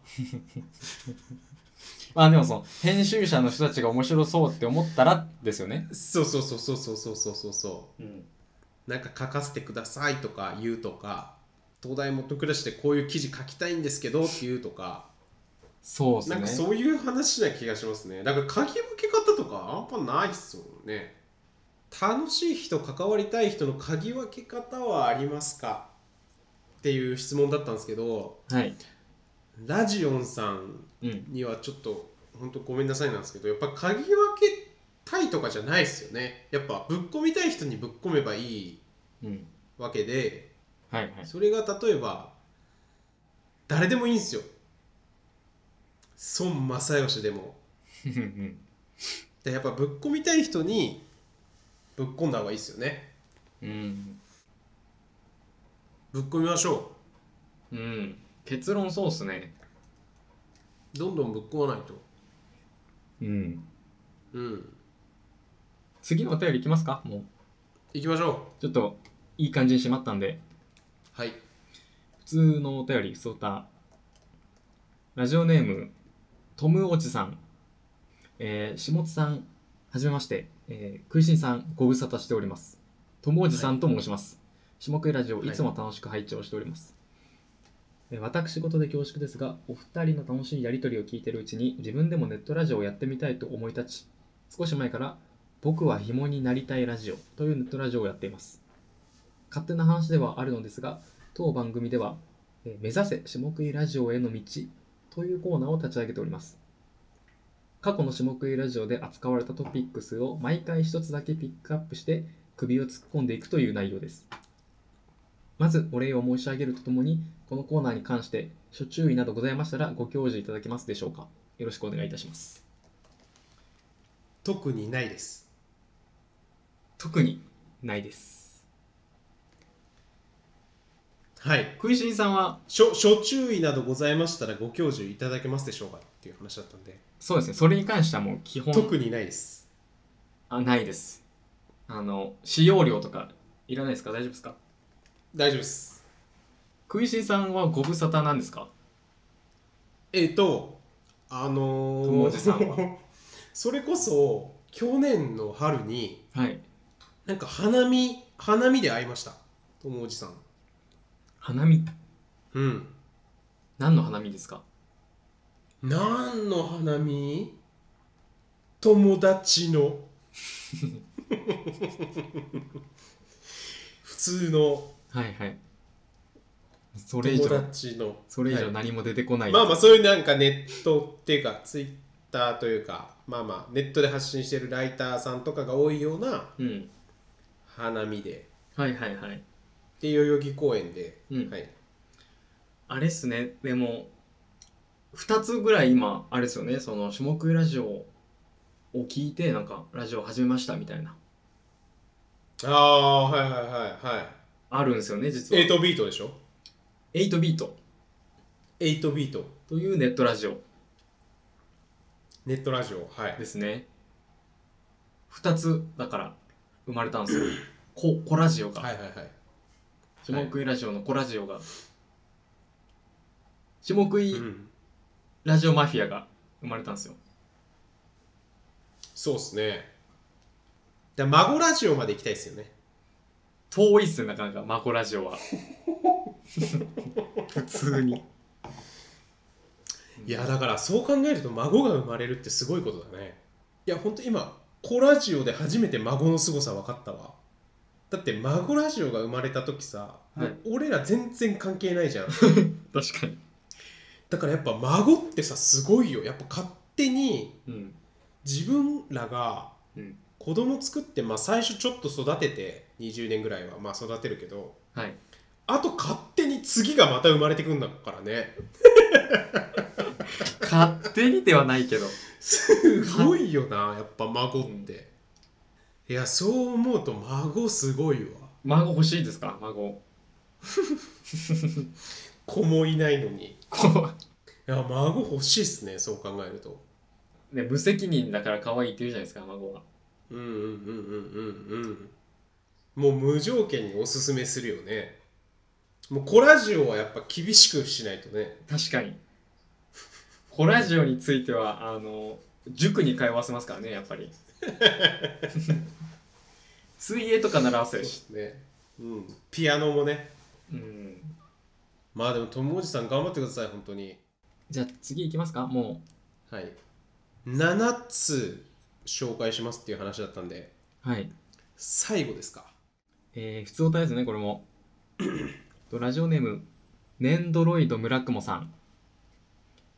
Speaker 1: まあでもその編集者の人たちが面白そうって思ったらですよね
Speaker 2: そうそうそうそうそうそうそうそうそ
Speaker 1: うん
Speaker 2: うなんか書かせてくださいとか言うとか東大元暮らしでこういう記事書きたいんですけどっていうとか。
Speaker 1: そうです
Speaker 2: なんか
Speaker 1: ね
Speaker 2: そういう話な気がしますね。だから書き分け方とかあんまないっすもんね。楽しい人、関わりたい人の書き分け方はありますかっていう質問だったんですけど、
Speaker 1: はい
Speaker 2: ラジオンさん
Speaker 1: うん
Speaker 2: にはちょっと本当ごめんなさいなんですけど、やっぱ書き分けたいとかじゃないですよね。やっぱぶっ込みたい人にぶっ込めばいい
Speaker 1: うん
Speaker 2: わけで、
Speaker 1: はいはい
Speaker 2: それが例えば誰でもいいんですよ。孫正義でも。
Speaker 1: うんうん
Speaker 2: でやっぱぶっ込みたい人にぶっ込んだ方がいいですよね
Speaker 1: うん
Speaker 2: ぶっ込みましょ
Speaker 1: うん結論そうっすね
Speaker 2: うどんどんぶっ込まないと
Speaker 1: うん
Speaker 2: うん
Speaker 1: 次のお便りいきますかもう
Speaker 2: 行きましょう
Speaker 1: ちょっといい感じに締まったんで
Speaker 2: はい
Speaker 1: 普通のお便りそうたラジオネームトムおじさん、えー、下津さんはじめまして、えー、食いしんさんご無沙汰しておりますトムおじさんと申します、下食いラジオ
Speaker 2: はい
Speaker 1: いつも楽しく拝聴しております、えー私事で恐縮ですがお二人の楽しいやりとりを聞いているうちに自分でもネットラジオをやってみたいと思い立ち少し前から僕は紐になりたいラジオというネットラジオをやっています勝手な話ではあるのですが当番組では「えー目指せ下食いラジオへの道」というコーナーを立ち上げております過去の下食いラジオで扱われたトピックスを毎回一つだけピックアップして首を突っ込んでいくという内容ですまずお礼を申し上げるとともにこのコーナーに関して諸注意などございましたらご教示いただけますでしょうかよろしくお願いいたします
Speaker 2: 特にないです
Speaker 1: 特にないです
Speaker 2: はい
Speaker 1: 食いしんさんは
Speaker 2: 諸諸注意などございましたらご教授いただけますでしょうかっていう話だったんで、
Speaker 1: そうですねそれに関してはもう基本
Speaker 2: 特にないです
Speaker 1: あないですあの使用料とかいらないですか大丈夫ですか
Speaker 2: 大丈夫です
Speaker 1: 食いしんさんはご無沙汰なんですか
Speaker 2: えっ、とあの
Speaker 1: 友達さん
Speaker 2: ー、 それこそ去年の春に
Speaker 1: はい
Speaker 2: なんか花見花見で会いました友おじさん
Speaker 1: 花見
Speaker 2: うん
Speaker 1: 何の花見ですか
Speaker 2: 何の花見友達の 普通の
Speaker 1: はいはいそれ以
Speaker 2: 友
Speaker 1: 上
Speaker 2: 達の
Speaker 1: それ以
Speaker 2: は
Speaker 1: 上
Speaker 2: い
Speaker 1: 何も出てこない、
Speaker 2: まあまあそういうなんかネットっていうかツイッターというかまあまあネットで発信してるライターさんとかが多いような
Speaker 1: うん
Speaker 2: 花見で
Speaker 1: はいはいはい
Speaker 2: で代々木公園で、
Speaker 1: うん
Speaker 2: はい、
Speaker 1: あれっすねでも2つぐらい今あれですよねその「種目ラジオ」を聞いてなんかラジオ始めましたみたいな
Speaker 2: ああはいはいはいはい
Speaker 1: あるんですよね実は
Speaker 2: 8ビートでしょ
Speaker 1: 8ビート
Speaker 2: 8ビート
Speaker 1: というネットラジオ
Speaker 2: ネットラジオはい
Speaker 1: ですね2つだから生まれたん ですよココラジオが、
Speaker 2: はいはいはい
Speaker 1: 下食いラジオのコラジオが下食い
Speaker 2: うん
Speaker 1: ラジオマフィアが生まれたんですよ
Speaker 2: そうっすねだから孫ラジオまで行きたいっすよね
Speaker 1: 遠いっすねなかなかマコラジオ は普通に
Speaker 2: いやだからそう考えると孫が生まれるってすごいことだねいやほんと今子ラジオで初めて孫の凄さ分かったわだって孫ラジオが生まれた時さ、
Speaker 1: い
Speaker 2: もう俺ら全然関係ないじゃん
Speaker 1: 確かに
Speaker 2: だからやっぱ孫ってさすごいよやっぱ勝手に
Speaker 1: うん
Speaker 2: 自分らが
Speaker 1: うん
Speaker 2: 子供作って、まあ、最初ちょっと育てて20年ぐらいはまあ育てるけど
Speaker 1: はい
Speaker 2: あと勝手に次がまた生まれてくんだからね
Speaker 1: 勝手にではないけど
Speaker 2: すごいよなやっぱ孫って、いやそう思うと孫すごいわ
Speaker 1: 孫欲しいですか孫
Speaker 2: 子もいないのにい
Speaker 1: こ
Speaker 2: や孫欲しいっすねそう考えると
Speaker 1: う、ね、無責任だから可愛いって言うじゃないですか孫は
Speaker 2: うんうんうんうんうんうんもう無条件におすすめするよねもうコラジオはやっぱ厳しくしないとね
Speaker 1: 確かにコラジオについてはあの塾に通わせますからねやっぱ り水泳とか習わせ
Speaker 2: そう
Speaker 1: る
Speaker 2: で
Speaker 1: し、
Speaker 2: すね、うん、ピアノもね
Speaker 1: うん、
Speaker 2: まあでも友おじさん頑張ってください本当に
Speaker 1: じゃあ次行きますかも
Speaker 2: はい7つ紹介しますっていう話だったんで
Speaker 1: うはい
Speaker 2: 最後ですか
Speaker 1: えー、普通おたですねこれもとラジオネームネンドロイド村雲さん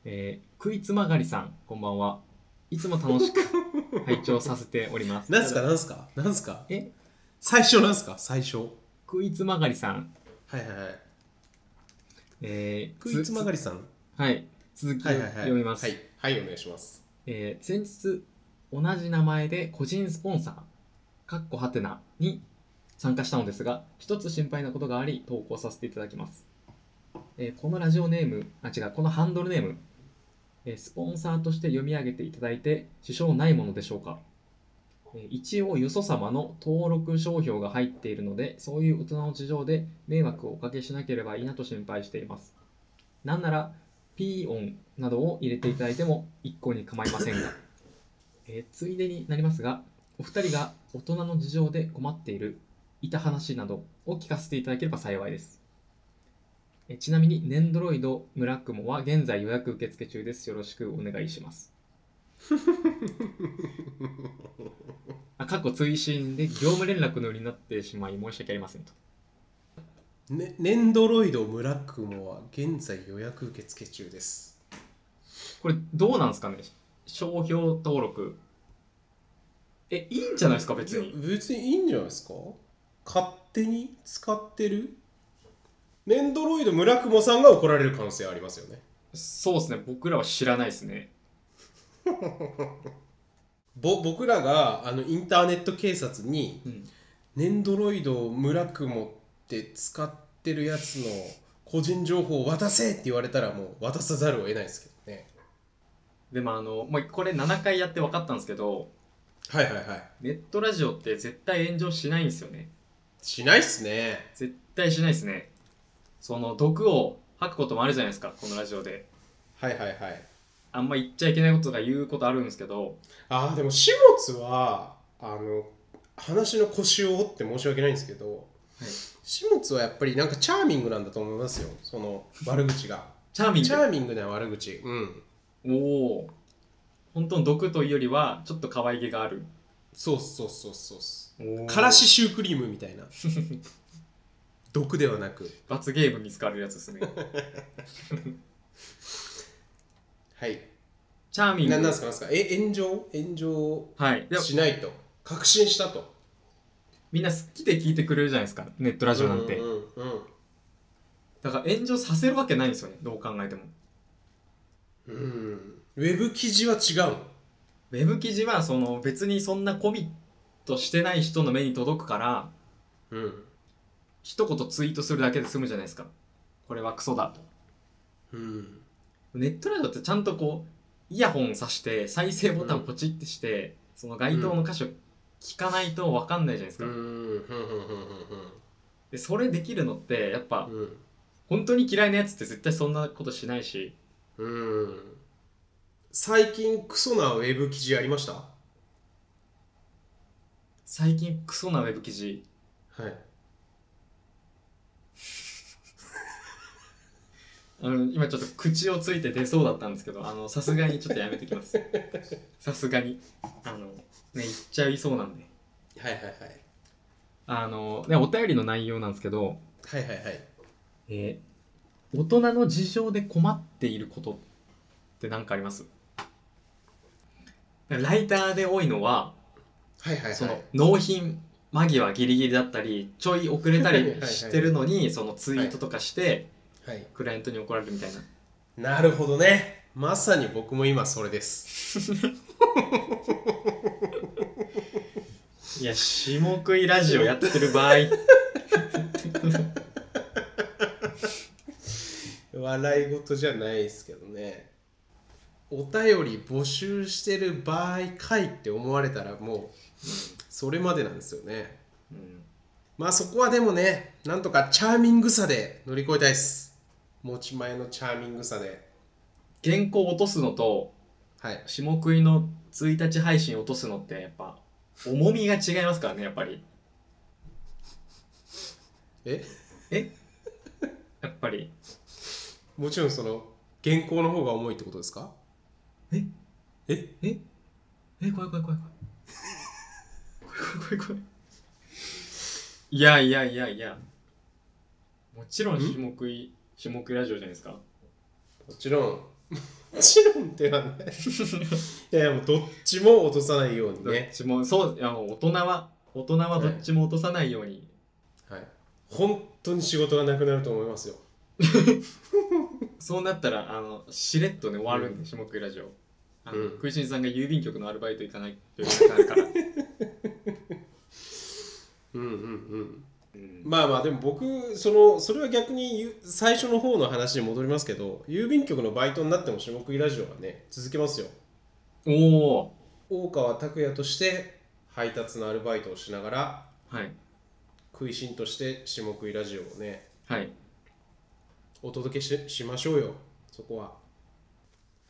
Speaker 1: えー、クイツマガリさんこんばんはいつも楽しく 拝聴させております
Speaker 2: なんすかなんすかなんすか
Speaker 1: え
Speaker 2: 最初なんすか最初
Speaker 1: クイツマガリさん
Speaker 2: はいはいはい
Speaker 1: えー、
Speaker 2: クイツマガリさん
Speaker 1: はい続きを
Speaker 2: はいはいはい
Speaker 1: 読みます、
Speaker 2: はい、はい、お願いします
Speaker 1: えー先日同じ名前で個人スポンサーかっこはてなに参加したのですが一つ心配なことがあり投稿させていただきます、えーこのラジオネームあ違うこのハンドルネーム、えースポンサーとして読み上げていただいて支障ないものでしょうか、えー一応よそ様の登録商標が入っているのでそういう大人の事情で迷惑をおかけしなければいいなと心配していますなんならピー音などを入れていただいても一向に構いませんが、えーついでになりますがお二人が大人の事情で困っているいた話などを聞かせていただければ幸いですえーちなみにネンドロイドムラクモは現在予約受付中ですよろしくお願いしますあ過去追伸で業務連絡のようになってしまい申し訳ありませんと
Speaker 2: ね、ネンドロイドムラクモは現在予約受付中です
Speaker 1: これどうなんですかね商標登録えいいんじゃないですか別に
Speaker 2: いや別にいいんじゃないですか勝手に使ってるネンドロイドムラクモさんが怒られる可能性ありますよね
Speaker 1: そうですね僕らは知らないですね
Speaker 2: ぼ僕らがあのインターネット警察に
Speaker 1: うん
Speaker 2: ネンドロイドをムラクモって使ってってるやつの個人情報を渡せって言われたらもう渡さざるを得ないですけどね
Speaker 1: でもあのもうこれ7回やって分かったんですけど
Speaker 2: はいはいはい
Speaker 1: ネットラジオって絶対炎上しないんですよね
Speaker 2: しないっすね
Speaker 1: 絶対しないですねその毒を吐くこともあるじゃないですかこのラジオで
Speaker 2: はいはいはい
Speaker 1: あんま言っちゃいけないこととか言うことあるんですけど
Speaker 2: ああでも始末はあの話の腰を折って申し訳ないんですけど、
Speaker 1: はい
Speaker 2: 始末はやっぱりなんかチャーミングなんだと思いますよその悪口が
Speaker 1: チャーミン
Speaker 2: チ
Speaker 1: グ
Speaker 2: ャーミングな悪口うん
Speaker 1: おお本当の毒というよりはちょっと可愛げがある
Speaker 2: そうそうそうそうそ
Speaker 1: お
Speaker 2: う
Speaker 1: ー
Speaker 2: からしシュークリームみたい な毒ではなく
Speaker 1: 罰ゲーム見つかるやつですね
Speaker 2: はい
Speaker 1: チャーミン
Speaker 2: 何
Speaker 1: グ
Speaker 2: なんですかなんですかえ炎上炎上
Speaker 1: はいで
Speaker 2: しないと確信したと
Speaker 1: みんな好きで聞いてくれるじゃないですかネットラジオなんて、
Speaker 2: うんうんうん
Speaker 1: だから炎上させるわけないんですよねどう考えても
Speaker 2: うんウェブ記事は違う
Speaker 1: ウェブ記事はその別にそんなコミットしてない人の目に届くから
Speaker 2: うん
Speaker 1: 一言ツイートするだけで済むじゃないですかこれはクソだと
Speaker 2: うん
Speaker 1: ネットラジオってちゃんとこうイヤホンさして再生ボタンポチってして、その該当の箇所聞かないと分かんないじゃないです
Speaker 2: う
Speaker 1: か、
Speaker 2: んうんうん
Speaker 1: でそれできるのってやっぱ
Speaker 2: うんうん
Speaker 1: 本当に嫌いなやつって絶対そんなことしないし
Speaker 2: うん最近クソなウェブ記事ありましたは
Speaker 1: 最近クソなウェブ記事
Speaker 2: い
Speaker 1: あの今ちょっと口をついて出そうだったんですけどあのさすがにちょっとやめてきます さすがにあのね言っちゃいそうなんで
Speaker 2: はいはいはい
Speaker 1: あの、ね、お便りの内容なんですけど、
Speaker 2: はいはいはい
Speaker 1: えー大人の事情で困っていることって何かありますライターで多いのは、
Speaker 2: はいはいはい
Speaker 1: その納品間際ギリギリだったりちょい遅れたりしてるのにそのツイートとかして
Speaker 2: はい
Speaker 1: クライアントに怒られるみたいな
Speaker 2: なるほどねまさに僕も今それです
Speaker 1: いや下食いラジオやってる 場合
Speaker 2: 笑い事じゃないですけどねお便り募集してる場合かいって思われたらもうそれまでなんですよね
Speaker 1: うん
Speaker 2: まあそこはでもねなんとかチャーミングさで乗り越えたいです持ち前のチャーミングさで
Speaker 1: 原稿落とすのと
Speaker 2: はい
Speaker 1: 下食いの1日配信落とすのってやっぱ重みが違いますからねやっぱり
Speaker 2: え
Speaker 1: えやっぱり
Speaker 2: もちろんその原稿の方が重いってことですか
Speaker 1: え
Speaker 2: え
Speaker 1: ええ怖い怖い怖い怖い怖い怖い怖い怖いいやいやいやいやもちろん下食い下食いラジオじゃないですか
Speaker 2: もちろんもちろんではないいやいやもうどっちも落とさないように
Speaker 1: どっ
Speaker 2: ね
Speaker 1: ちもそういやもう大人は大人はどっちも落とさないように、
Speaker 2: はい本当に仕事がなくなると思いますよ
Speaker 1: そうなったらあのしれっとね終わるんで、下食いラジオあの、
Speaker 2: うん
Speaker 1: 食いしんさんが郵便局のアルバイト行かない といけなくなるから、
Speaker 2: うんうんうん
Speaker 1: うん、
Speaker 2: まあまあでも僕そのそれは逆にゆ最初の方の話に戻りますけど郵便局のバイトになっても下食いラジオはね続けますよ
Speaker 1: おお
Speaker 2: 大川拓也として配達のアルバイトをしながら
Speaker 1: はい
Speaker 2: 食いしんとして下食いラジオをね
Speaker 1: はい
Speaker 2: お届けししましょうよそこは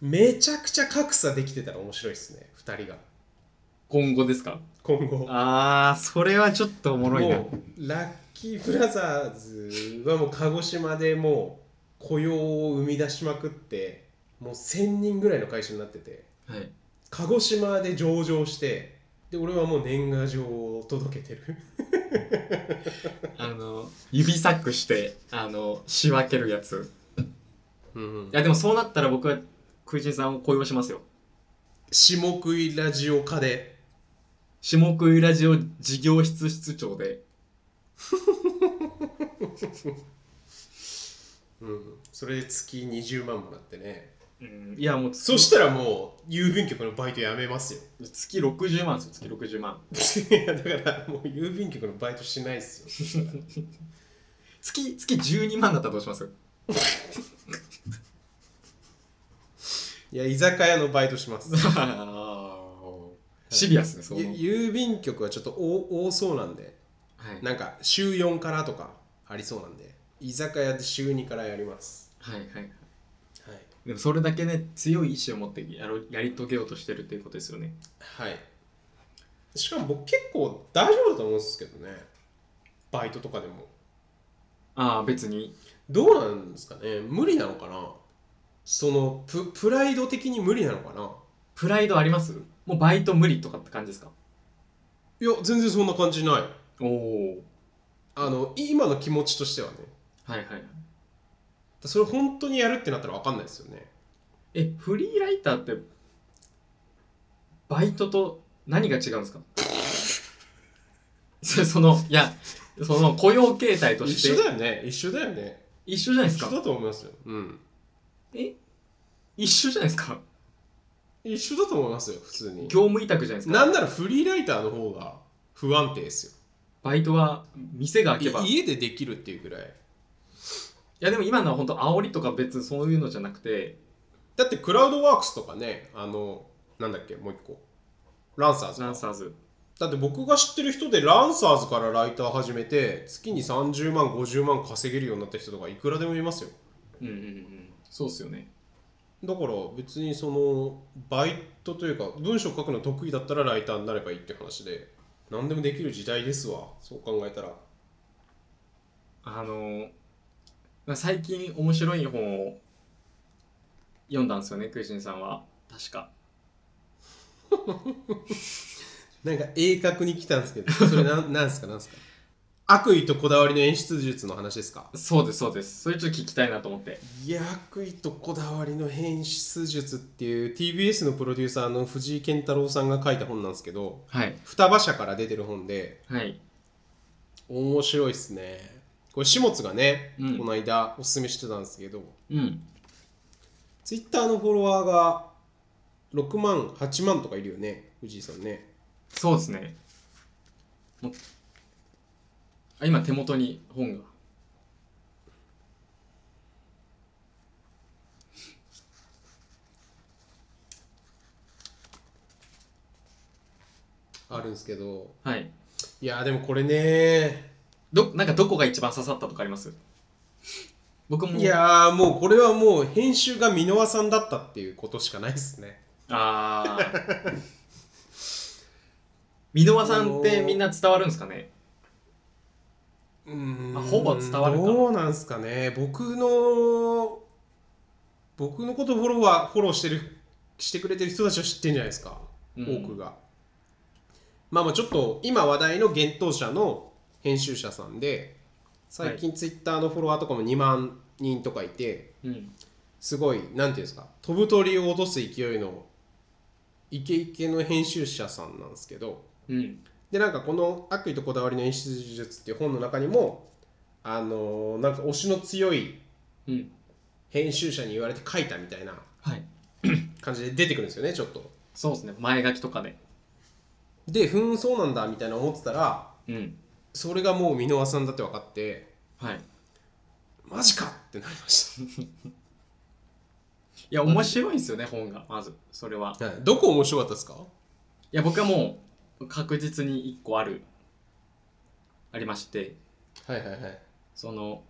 Speaker 2: めちゃくちゃ格差できてたら面白いですね2人が
Speaker 1: 今後ですか
Speaker 2: 今後
Speaker 1: ああそれはちょっとおもろいな
Speaker 2: もうラッキーブラザーズはもう鹿児島でもう雇用を生み出しまくってもう1000人ぐらいの会社になってて
Speaker 1: はい
Speaker 2: 鹿児島で上場してで俺はもう年賀状を届けてる
Speaker 1: あの指サックしてあの仕分けるやつ
Speaker 2: うん
Speaker 1: いやでもそうなったら僕は食いしんさんを雇用しますよ
Speaker 2: 下食いラジオ化で
Speaker 1: 下食いラジオ事業室室長で
Speaker 2: うん、それで月20万もらってね
Speaker 1: うんいやもう
Speaker 2: そしたらもう郵便局のバイトやめますよ
Speaker 1: 月60万ですよ月60万
Speaker 2: いやだからもう郵便局のバイトしないっすよ
Speaker 1: 月月月12万だったらどうし ます
Speaker 2: いや居酒屋のバイトします、
Speaker 1: シビアスねその
Speaker 2: ゆ郵便局はちょっと多多そうなんで
Speaker 1: はい
Speaker 2: なんか週4からとかありそうなんで居酒屋で週2からやります
Speaker 1: はいはい
Speaker 2: はい
Speaker 1: でもそれだけね強い意志を持ってやろうやり遂げようとしてるっていうことですよね
Speaker 2: はいしかも僕結構大丈夫だと思うんですけどねバイトとかでも
Speaker 1: ああ別に
Speaker 2: どうなんですかね無理なのかなそのププライド的に無理なのかな
Speaker 1: プライドありますもうバイト無理とかって感じですか
Speaker 2: いや全然そんな感じない
Speaker 1: おお
Speaker 2: あの今の気持ちとしてはね
Speaker 1: はいはいはい
Speaker 2: それ本当にやるってなったら分かんないですよね
Speaker 1: えフリーライターってバイトと何が違うんですか そそのいやその雇用形態として
Speaker 2: 一緒だよね一緒だよね
Speaker 1: 一緒じゃないです
Speaker 2: 一緒
Speaker 1: か
Speaker 2: だと思いますようん
Speaker 1: え一緒じゃないですか
Speaker 2: 一緒だと思いますよ普通に
Speaker 1: 業務委託じゃないです
Speaker 2: な
Speaker 1: か
Speaker 2: んならフリーライターの方が不安定ですよ
Speaker 1: バイトは店が開けばい
Speaker 2: 家でできるっていうぐらい
Speaker 1: やでも今のは本当煽りとか別にそういうのじゃなくて
Speaker 2: だってクラウドワークスとかねあのなんだっけもう一個ランサーズ
Speaker 1: ラン
Speaker 2: か
Speaker 1: サーズ
Speaker 2: だって僕が知ってる人でランサーズからライター始めて月に30万50万稼げるようになった人とかいくらでもいますよ
Speaker 1: うんうんうんそうっすよね
Speaker 2: だから別にそのバイトというか文章書くの得意だったらライターになればいいって話で何でもできる時代ですわそう考えたら
Speaker 1: あのまあ最近面白い本を読んだんですよねクイシンさんは確か
Speaker 2: なんか鋭角に来たんですけど それななんすかなんすか悪意とこだわりの演出術の話ですか
Speaker 1: そうですそうですそれちょっと聞きたいなと思って
Speaker 2: いや悪意とこだわりの変質術っていう TBS のプロデューサーの藤井健太郎さんが書いた本なんですけど
Speaker 1: はい
Speaker 2: 双葉社から出てる本で
Speaker 1: はい
Speaker 2: 面白いっすねこれ始末がね、
Speaker 1: うん
Speaker 2: この間おすすめしてたんですけど
Speaker 1: うん
Speaker 2: ツイッターのフォロワーが6万8万とかいるよね藤井さんね
Speaker 1: そうですねもあ今手元に本が
Speaker 2: あるんですけど
Speaker 1: はい
Speaker 2: いやでもこれね
Speaker 1: どなんかどこが一番刺さったとかあります僕も
Speaker 2: いやーもうこれはもう編集が箕輪さんだったっていうことしかないですね
Speaker 1: ああ箕輪さんってみんな伝わるんですかね
Speaker 2: うーん
Speaker 1: あほぼ伝わるか
Speaker 2: どうなんすかね僕の僕のことフォロワーフォローしてるしてくれてる人たちは知ってるんじゃないですか、
Speaker 1: うん
Speaker 2: 多くがまあまあちょっと今話題の幻冬舎の編集者さんで最近ツイッターのフォロワーとかも2万人とかいて
Speaker 1: うん
Speaker 2: すごいなんていうんですか飛ぶ鳥を落とす勢いのイケイケの編集者さんなんですけど
Speaker 1: うん
Speaker 2: でなんかこの「悪意とこだわりの演出術」っていう本の中にもあのーなんか推しの強い
Speaker 1: うん
Speaker 2: 編集者に言われて書いたみたいな
Speaker 1: はい
Speaker 2: 感じで出てくるんですよねちょっと
Speaker 1: そうですね前書きとかで
Speaker 2: でふーんそうなんだみたいな思ってたら
Speaker 1: うん
Speaker 2: それがもう箕輪さんだって分かって
Speaker 1: はい
Speaker 2: マジかってなりまし
Speaker 1: いや面白いんですよね本がまずそれは
Speaker 2: た、はい、どこ面白かったですか
Speaker 1: いや僕はもう確実に1個あるありまして
Speaker 2: はいはいはい
Speaker 1: その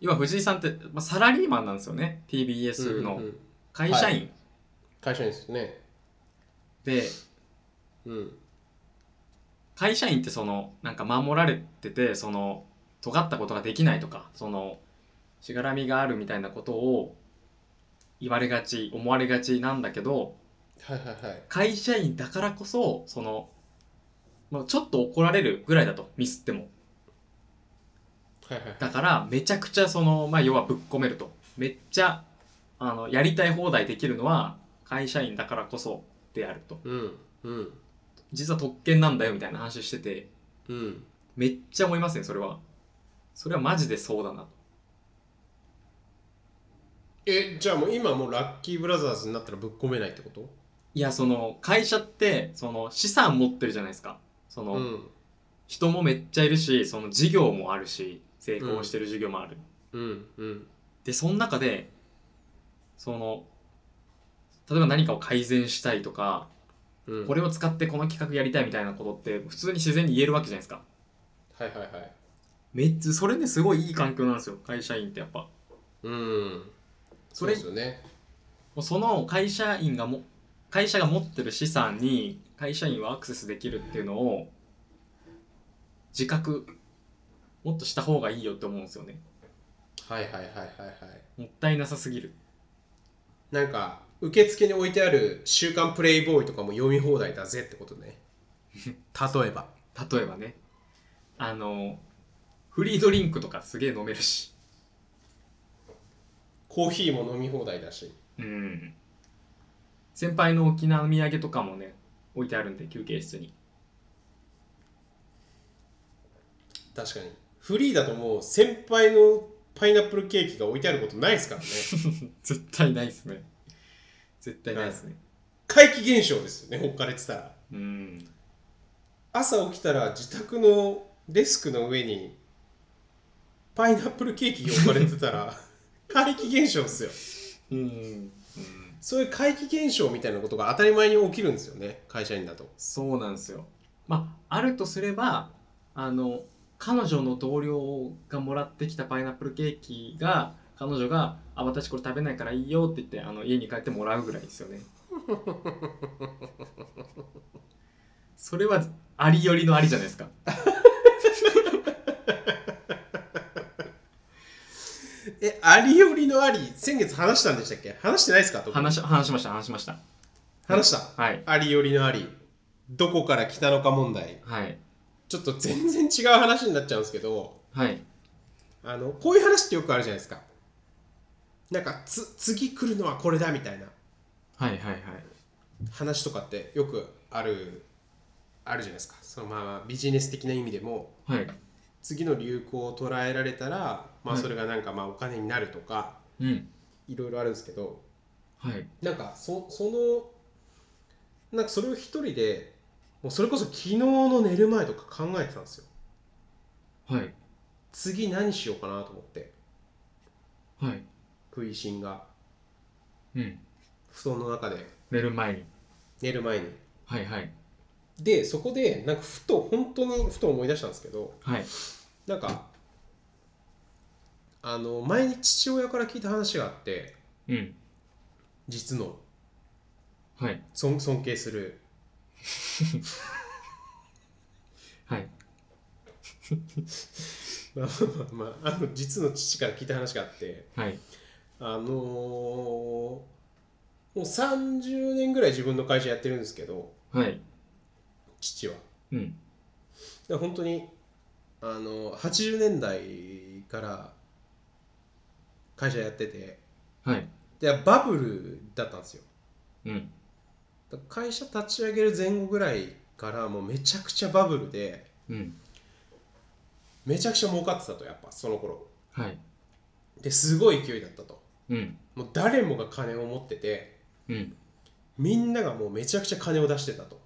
Speaker 1: 今藤井さんって、まあ、サラリーマンなんですよね TBS
Speaker 2: う
Speaker 1: の
Speaker 2: んうん
Speaker 1: 会社員、
Speaker 2: 会社員ですね
Speaker 1: で
Speaker 2: うん
Speaker 1: 会社員ってそのなんか守られててその尖ったことができないとかそのしがらみがあるみたいなことを言われがち思われがちなんだけど
Speaker 2: はいはいはい
Speaker 1: 会社員だからこそその、まあ、ちょっと怒られるぐらいだとミスっても
Speaker 2: はいはい
Speaker 1: だからめちゃくちゃその、まあ、要はぶっ込めるとめっちゃあのやりたい放題できるのは会社員だからこそであると
Speaker 2: うんうん
Speaker 1: 実は特権なんだよみたいな話してて
Speaker 2: うん
Speaker 1: めっちゃ思いますねそれはそれはマジでそうだなと
Speaker 2: えじゃあもう今もうラッキーブラザーズになったらぶっ込めないってこと
Speaker 1: いやその会社ってその資産持ってるじゃないですかその、
Speaker 2: うん
Speaker 1: 人もめっちゃいるしその事業もあるし成功してる授業もある、
Speaker 2: うんうん
Speaker 1: でその中でその例えば何かを改善したいとか、
Speaker 2: うん
Speaker 1: これを使ってこの企画やりたいみたいなことって普通に自然に言えるわけじゃないですか
Speaker 2: はいはいはい
Speaker 1: めっちゃそれねすごいいい環境なんですよ会社員ってやっぱ
Speaker 2: うん
Speaker 1: それ
Speaker 2: そうですよね
Speaker 1: その会社員がも会社が持ってる資産に会社員はアクセスできるっていうのを自覚もっとした方がいいよって思うんですよね
Speaker 2: はいはいはいはいはい
Speaker 1: もったいなさすぎる
Speaker 2: なんか受付に置いてある「週刊プレイボーイ」とかも読み放題だぜってことね例えば
Speaker 1: 例えばねあのフリードリンクとかすげえ飲めるし
Speaker 2: コーヒーも飲み放題だし
Speaker 1: うん先輩の沖縄の土産とかもね置いてあるんで休憩室に
Speaker 2: 確かにフリーだともう先輩のパイナップルケーキが置いてあることないですからね
Speaker 1: 絶対ないっすね絶対ないっすね、
Speaker 2: 怪奇現象ですよね置かれてたら
Speaker 1: うん
Speaker 2: 朝起きたら自宅のデスクの上にパイナップルケーキが置かれてた ら怪奇現象ですよ
Speaker 1: うん、うん、
Speaker 2: そういう怪奇現象みたいなことが当たり前に起きるんですよね会社員だと
Speaker 1: そうなんですよまああるとすればあの彼女の同僚がもらってきたパイナップルケーキが彼女が「あ私これ食べないからいいよ」って言ってあの家に帰ってもらうぐらいですよねそれはありよりのありじゃないですか
Speaker 2: えありよりのあり先月話したんでしたっけ話してないですかと
Speaker 1: 話し話しました話しました
Speaker 2: 話した
Speaker 1: はい
Speaker 2: ありよりのありどこから来たのか問題
Speaker 1: はい
Speaker 2: ちょっと全然違う話になっちゃうんですけど
Speaker 1: はい
Speaker 2: あのこういう話ってよくあるじゃないですかなんかつ次来るのはこれだみたいな
Speaker 1: はいはいはい
Speaker 2: 話とかってよくあるあるじゃないですかそのまあビジネス的な意味でも
Speaker 1: はい
Speaker 2: 次の流行を捉えられたら、まあ、
Speaker 1: はい
Speaker 2: それがなんかまあお金になるとか、
Speaker 1: うん
Speaker 2: いろいろあるんですけど
Speaker 1: はい
Speaker 2: なんかそそのなんかそれを一人でもうそれこそ昨日の寝る前とか考えてたんですよ
Speaker 1: はい
Speaker 2: 次何しようかなと思って
Speaker 1: はい
Speaker 2: 食いしんが
Speaker 1: うん
Speaker 2: 布団の中で
Speaker 1: 寝る前に
Speaker 2: 寝る前に
Speaker 1: はいはい
Speaker 2: でそこでなんかふと本当にふと思い出したんですけど
Speaker 1: はい
Speaker 2: なんかあの前に父親から聞いた話があって
Speaker 1: うん
Speaker 2: 実の
Speaker 1: はい
Speaker 2: 尊尊敬する
Speaker 1: はい
Speaker 2: まあまあまああの実の父から聞いた話があって
Speaker 1: はい
Speaker 2: あのーもう30年ぐらい自分の会社やってるんですけど
Speaker 1: はい
Speaker 2: 父は
Speaker 1: うん
Speaker 2: だから本当にあの80年代から会社やってて
Speaker 1: はい
Speaker 2: でバブルだったんですよ
Speaker 1: うん
Speaker 2: だから会社立ち上げる前後ぐらいからもうめちゃくちゃバブルで
Speaker 1: うん
Speaker 2: めちゃくちゃ儲かってたとやっぱその頃
Speaker 1: はい
Speaker 2: ですごい勢いだったと
Speaker 1: うん
Speaker 2: もう誰もが金を持ってて
Speaker 1: うん
Speaker 2: みんながもうめちゃくちゃ金を出してたと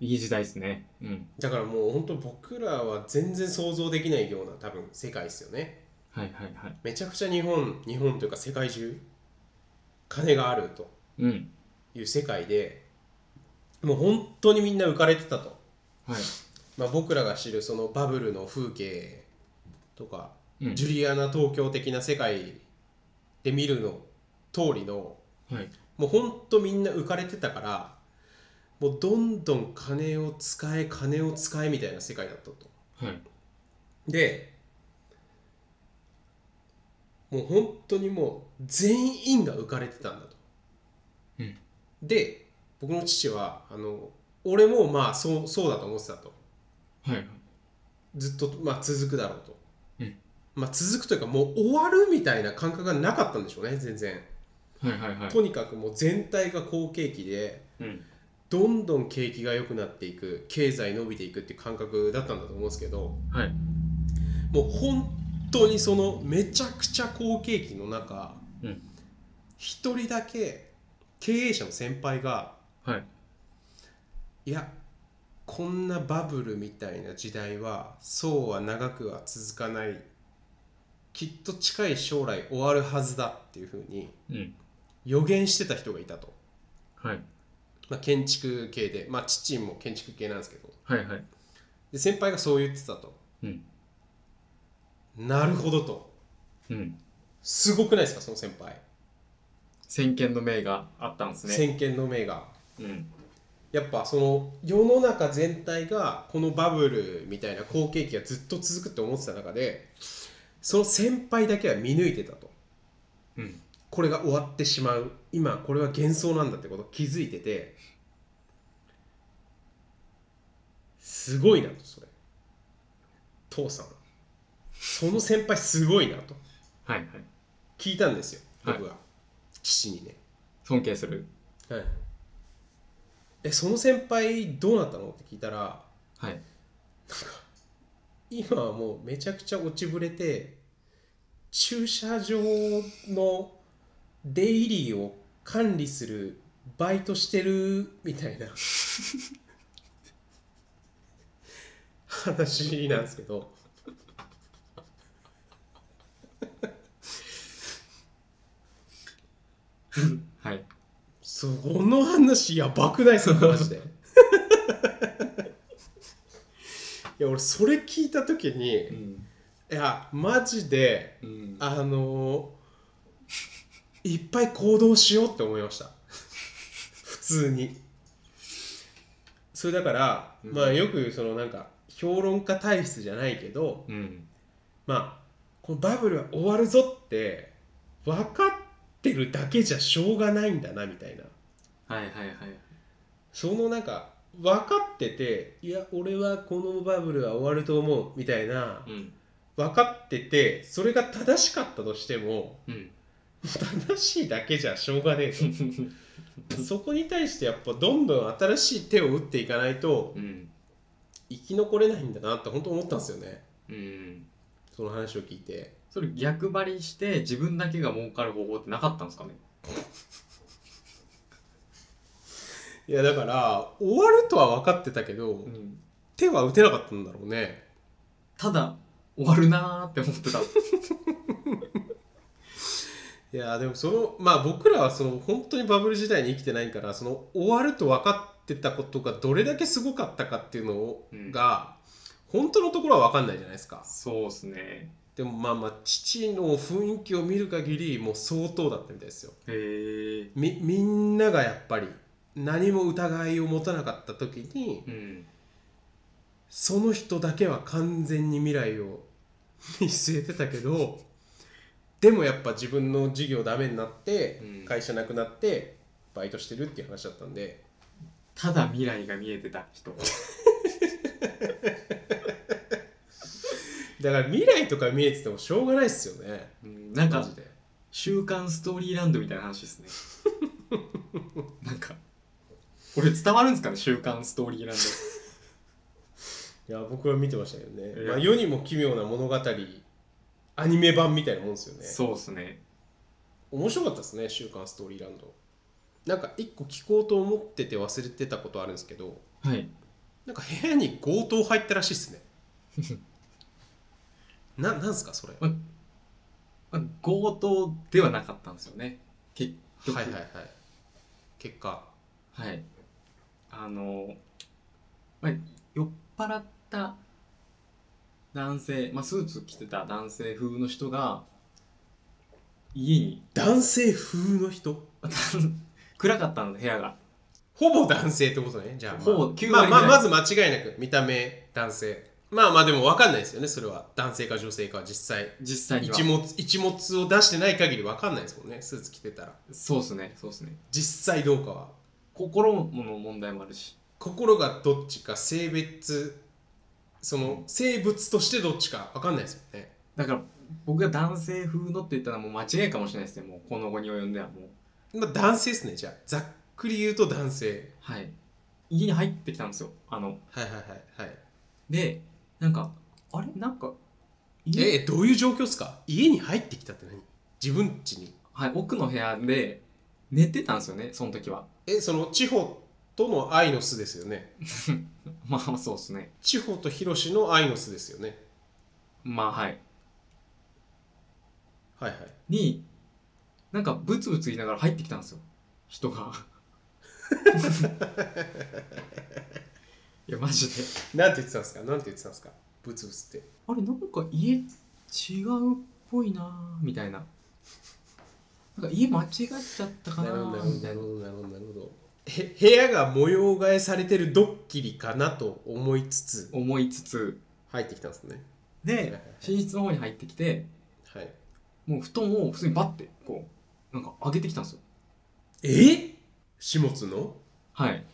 Speaker 1: いい時代ですねうん
Speaker 2: だからもう本当僕らは全然想像できないような多分世界ですよね
Speaker 1: はいはいはい
Speaker 2: めちゃくちゃ日本日本というか世界中金があると
Speaker 1: うん
Speaker 2: いう世界でもう本当にみんな浮かれてたと、
Speaker 1: はい
Speaker 2: まあ、僕らが知るそのバブルの風景とか、
Speaker 1: うん
Speaker 2: ジュリアナ東京的な世界で見るの通りの
Speaker 1: はい
Speaker 2: もうほんとみんな浮かれてたからもうどんどん金を使え金を使えみたいな世界だったと
Speaker 1: はい
Speaker 2: でもう本当にもう全員が浮かれてたんだと、
Speaker 1: うん
Speaker 2: で僕の父はあの俺もまあそうそうだと思ってたと
Speaker 1: はいはい
Speaker 2: ずっと、まあ、続くだろうと、
Speaker 1: うん
Speaker 2: まあ、続くというかもう終わるみたいな感覚がなかったんでしょうね全然、
Speaker 1: はいはいはい
Speaker 2: とにかくもう全体が好景気で
Speaker 1: うん
Speaker 2: どんどん景気が良くなっていく経済伸びていくっていう感覚だったんだと思うんですけど
Speaker 1: はい
Speaker 2: もう本当にそのめちゃくちゃ好景気の中
Speaker 1: うん
Speaker 2: 一、人だけ経営者の先輩が
Speaker 1: はい
Speaker 2: いやこんなバブルみたいな時代はそうは長くは続かないきっと近い将来終わるはずだっていうふうに
Speaker 1: うん
Speaker 2: 予言してた人がいたと、
Speaker 1: はい
Speaker 2: まあ、建築系で、まあ、父も建築系なんですけど
Speaker 1: はいはい
Speaker 2: で先輩がそう言ってたと
Speaker 1: うん
Speaker 2: なるほどと
Speaker 1: うん
Speaker 2: すごくないですかその先輩、
Speaker 1: 先見の明があったんですね
Speaker 2: 先見の明が
Speaker 1: うん
Speaker 2: やっぱその世の中全体がこのバブルみたいな好景気がずっと続くって思ってた中でその先輩だけは見抜いてたと
Speaker 1: うん
Speaker 2: これが終わってしまう今これは幻想なんだってこと気づいててすごいなとそれ父さんその先輩すごいなと
Speaker 1: はいはい
Speaker 2: 聞いたんですよ僕は、父にね
Speaker 1: 尊敬する
Speaker 2: はい、えその先輩どうなったのって聞いたら
Speaker 1: はい
Speaker 2: 今はもうめちゃくちゃ落ちぶれて駐車場の出入りを管理するバイトしてるみたいな話なんですけど
Speaker 1: はい
Speaker 2: そこの話やばくないですかマジでいや俺それ聞いた時に
Speaker 1: う
Speaker 2: い
Speaker 1: ん
Speaker 2: やマジで
Speaker 1: うん
Speaker 2: あのーいっぱい行動しようって思いました普通にそれだから、
Speaker 1: うん
Speaker 2: まあよくそのなんか評論家体質じゃないけど
Speaker 1: うん
Speaker 2: まあこのバブルは終わるぞって分かってるだけじゃしょうがないんだなみたいな
Speaker 1: はいはいはい
Speaker 2: そのなんか分かってていや俺はこのバブルは終わると思うみたいな
Speaker 1: うん
Speaker 2: 分かっててそれが正しかったとしても
Speaker 1: うん
Speaker 2: 正しいだけじゃしょうがねえとそこに対してやっぱどんどん新しい手を打っていかないと
Speaker 1: うん
Speaker 2: 生き残れないんだなって本当思ったんですよね
Speaker 1: うん
Speaker 2: その話を聞いて
Speaker 1: それ逆張りして自分だけが儲かる方法ってなかったんですかね
Speaker 2: いやだから終わるとは分かってたけど
Speaker 1: ん
Speaker 2: 手は打てなかったんだろうね
Speaker 1: ただ終わるなーって思ってた
Speaker 2: いやでもそのまあ僕らはその本当にバブル時代に生きてないからその終わると分かってたことがどれだけすごかったかっていうのを
Speaker 1: うん
Speaker 2: が本当のところは分かんないじゃないですか
Speaker 1: そうっすね
Speaker 2: でもまあまあ父の雰囲気を見る限りもう相当だったみたいですよ
Speaker 1: へえ
Speaker 2: みみんながやっぱり何も疑いを持たなかった時に
Speaker 1: うん
Speaker 2: その人だけは完全に未来を見据えてたけどでもやっぱ自分の事業ダメになって
Speaker 1: うん
Speaker 2: 会社なくなってバイトしてるっていう話だったんで
Speaker 1: ただ未来が見えてた人
Speaker 2: だから未来とか見えててもしょうがないっすよね
Speaker 1: うんなん
Speaker 2: マ
Speaker 1: か
Speaker 2: ジで
Speaker 1: 「週刊ストーリーランド」みたいな話ですね なんか俺伝わるんですかね「週刊ストーリーラン
Speaker 2: いや僕は見てましたけど
Speaker 1: い
Speaker 2: ね、
Speaker 1: や
Speaker 2: まあ、世にも奇妙な物語アニメ版みたいなもんですよ
Speaker 1: ド」
Speaker 2: ね
Speaker 1: そうっすね
Speaker 2: 面白かったですね「週刊ストーリーランド」なんか一個聞こうと思ってて忘れてたことあるんですけど
Speaker 1: はい
Speaker 2: なんか部屋に強盗入ったらしい ですねななんすかそれは
Speaker 1: まあ強盗ではなかったんですよね結
Speaker 2: い
Speaker 1: 局
Speaker 2: はいはい結果
Speaker 1: はいあの、まあ、酔っ払った男性、まあ、スーツ着てた男性風の人が家に
Speaker 2: 男性風の人
Speaker 1: 暗かったので部屋が
Speaker 2: ほぼ男性ってことねじゃあ、まあ、
Speaker 1: ほぼ9割
Speaker 2: まあ、まあ
Speaker 1: ぐら
Speaker 2: まず間違いなく見た目男性まあまあでも分かんないですよねそれは男性か女性か実際
Speaker 1: 実際には
Speaker 2: 一物一物を出してない限り分かんないですもんねスーツ着てたら
Speaker 1: そうっすねそうっすね
Speaker 2: 実際どうかは
Speaker 1: 心の問題もあるし
Speaker 2: 心がどっちか性別その生物としてどっちか分かんないですよね
Speaker 1: だから僕が男性風のって言ったのはもう間違いかもしれないですねもうこの後に及んではもう
Speaker 2: まあ男性ですねじゃあざっくり言うと男性
Speaker 1: はい家に入ってきたんですよあの
Speaker 2: はいはいはいはい
Speaker 1: でなんかあれなんか
Speaker 2: えどういう状況ですか家に入ってきたって何自分家に
Speaker 1: はい、奥の部屋で寝てたんですよねその時は
Speaker 2: えその地方との愛の巣ですよね
Speaker 1: まあそうですね
Speaker 2: 地方と広ロの愛の巣ですよね
Speaker 1: まあはい
Speaker 2: はいはい
Speaker 1: になんかブツブツ言いながら入ってきたんですよ人がいやマジで
Speaker 2: なんて言ってたんですかなんて言ってたんですかブツブツって
Speaker 1: あれなんか家違うっぽいなみたいななんか家間違っちゃったかなみたいな
Speaker 2: どなるほどなるほどへ部屋が模様替えされてるドッキリかなと思いつつ
Speaker 1: 思いつつ
Speaker 2: 入ってきたんですね
Speaker 1: で寝室の方に入ってきて
Speaker 2: はい
Speaker 1: もう布団を普通にバッてこうなんか上げてきたんですよ
Speaker 2: え始末の
Speaker 1: はい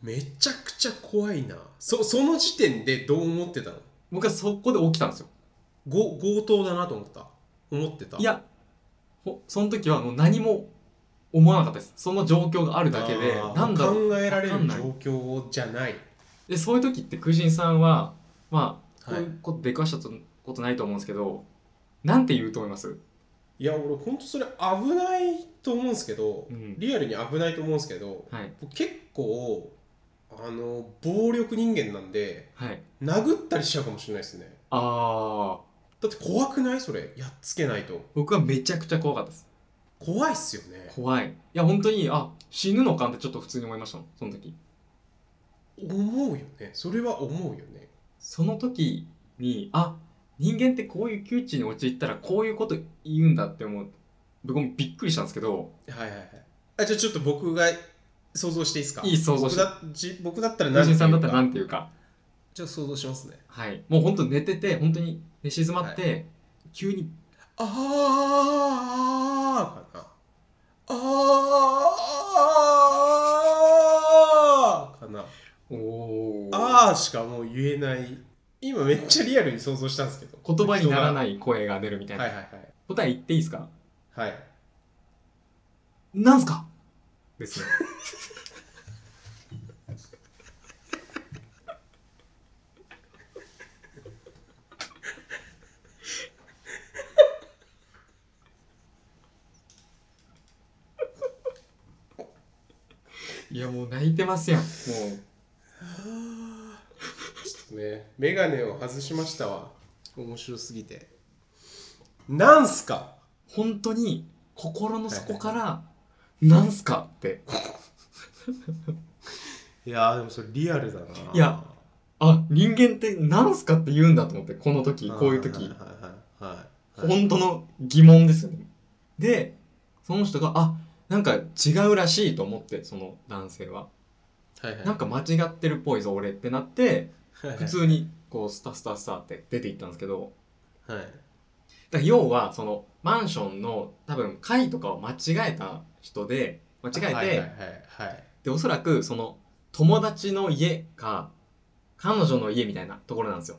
Speaker 2: めちゃくちゃ怖いなそその時点でどう思ってたの
Speaker 1: 僕はそこで起きたんですよ
Speaker 2: ご強盗だなと思った思ってた
Speaker 1: いやほその時はもう何も思わなかったですその状況があるだけで
Speaker 2: あー
Speaker 1: なんだろう
Speaker 2: 考えられ
Speaker 1: わか
Speaker 2: る
Speaker 1: ん
Speaker 2: 状
Speaker 1: ない
Speaker 2: 況じゃない
Speaker 1: でそういう時って空心さんはまあこ
Speaker 2: は
Speaker 1: う
Speaker 2: い
Speaker 1: いうこと出くわしたことないと思うんですけど、なんて言うと思います
Speaker 2: いや俺ほんとそれ危ないと思うんですけど、
Speaker 1: うん
Speaker 2: リアルに危ないと思うんですけど
Speaker 1: はい
Speaker 2: 僕結構あの暴力人間なんで
Speaker 1: はい
Speaker 2: 殴ったりしちゃうかもしれないですね
Speaker 1: ああ
Speaker 2: だって怖くないそれやっつけないと
Speaker 1: 僕はめちゃくちゃ怖かったです
Speaker 2: 怖いっすよね
Speaker 1: 怖いいや本当にあ死ぬのかってちょっと普通に思いましたもんその時
Speaker 2: 思うよねそれは思うよね
Speaker 1: その時にあ人間ってこういう窮地に陥ったらこういうこと言うんだって思う僕もびっくりしたんですけど
Speaker 2: はいはいはいあじゃあちょっと僕が想像していいですか
Speaker 1: いい想像して
Speaker 2: 僕だじ僕だったら
Speaker 1: 空
Speaker 2: て
Speaker 1: 心さ
Speaker 2: 言
Speaker 1: んだ
Speaker 2: う
Speaker 1: ったら
Speaker 2: か
Speaker 1: 何て言うか
Speaker 2: じゃあ想像しますね
Speaker 1: はい、もう本当寝てて本当に寝静まって、急に
Speaker 2: あーかなあーかな
Speaker 1: 「おー
Speaker 2: あーしかもう言えない今めっちゃリアルに想像したんですけど
Speaker 1: 言葉になら
Speaker 2: い
Speaker 1: ない声が出るみたいな、
Speaker 2: はいはいはい
Speaker 1: 答え言っていいですか
Speaker 2: はい
Speaker 1: なんすかですねいやもう泣いてますやんもう
Speaker 2: ちょっとね眼鏡を外しましたわ面白すぎてなんすか
Speaker 1: 本当に心の底から「なんすか?」って
Speaker 2: いやーでもそれリアルだない
Speaker 1: やあ人間って「なんすか?」って言うんだと思ってこの時こういう
Speaker 2: はい
Speaker 1: 時
Speaker 2: はいはいはいはい
Speaker 1: 本当の疑問ですよねでその人があなんか違うらしいと思ってその男性は
Speaker 2: はいはい
Speaker 1: なんか間違ってるっぽいぞ俺ってなって
Speaker 2: はいはい
Speaker 1: 普通にこうスタスタスタって出ていったんですけど
Speaker 2: はい
Speaker 1: だから要はそのマンションの多分階とかを間違えた人で間違えて、
Speaker 2: はいはいはいはい
Speaker 1: でおそらくその友達の家か彼女の家みたいなところなんですよ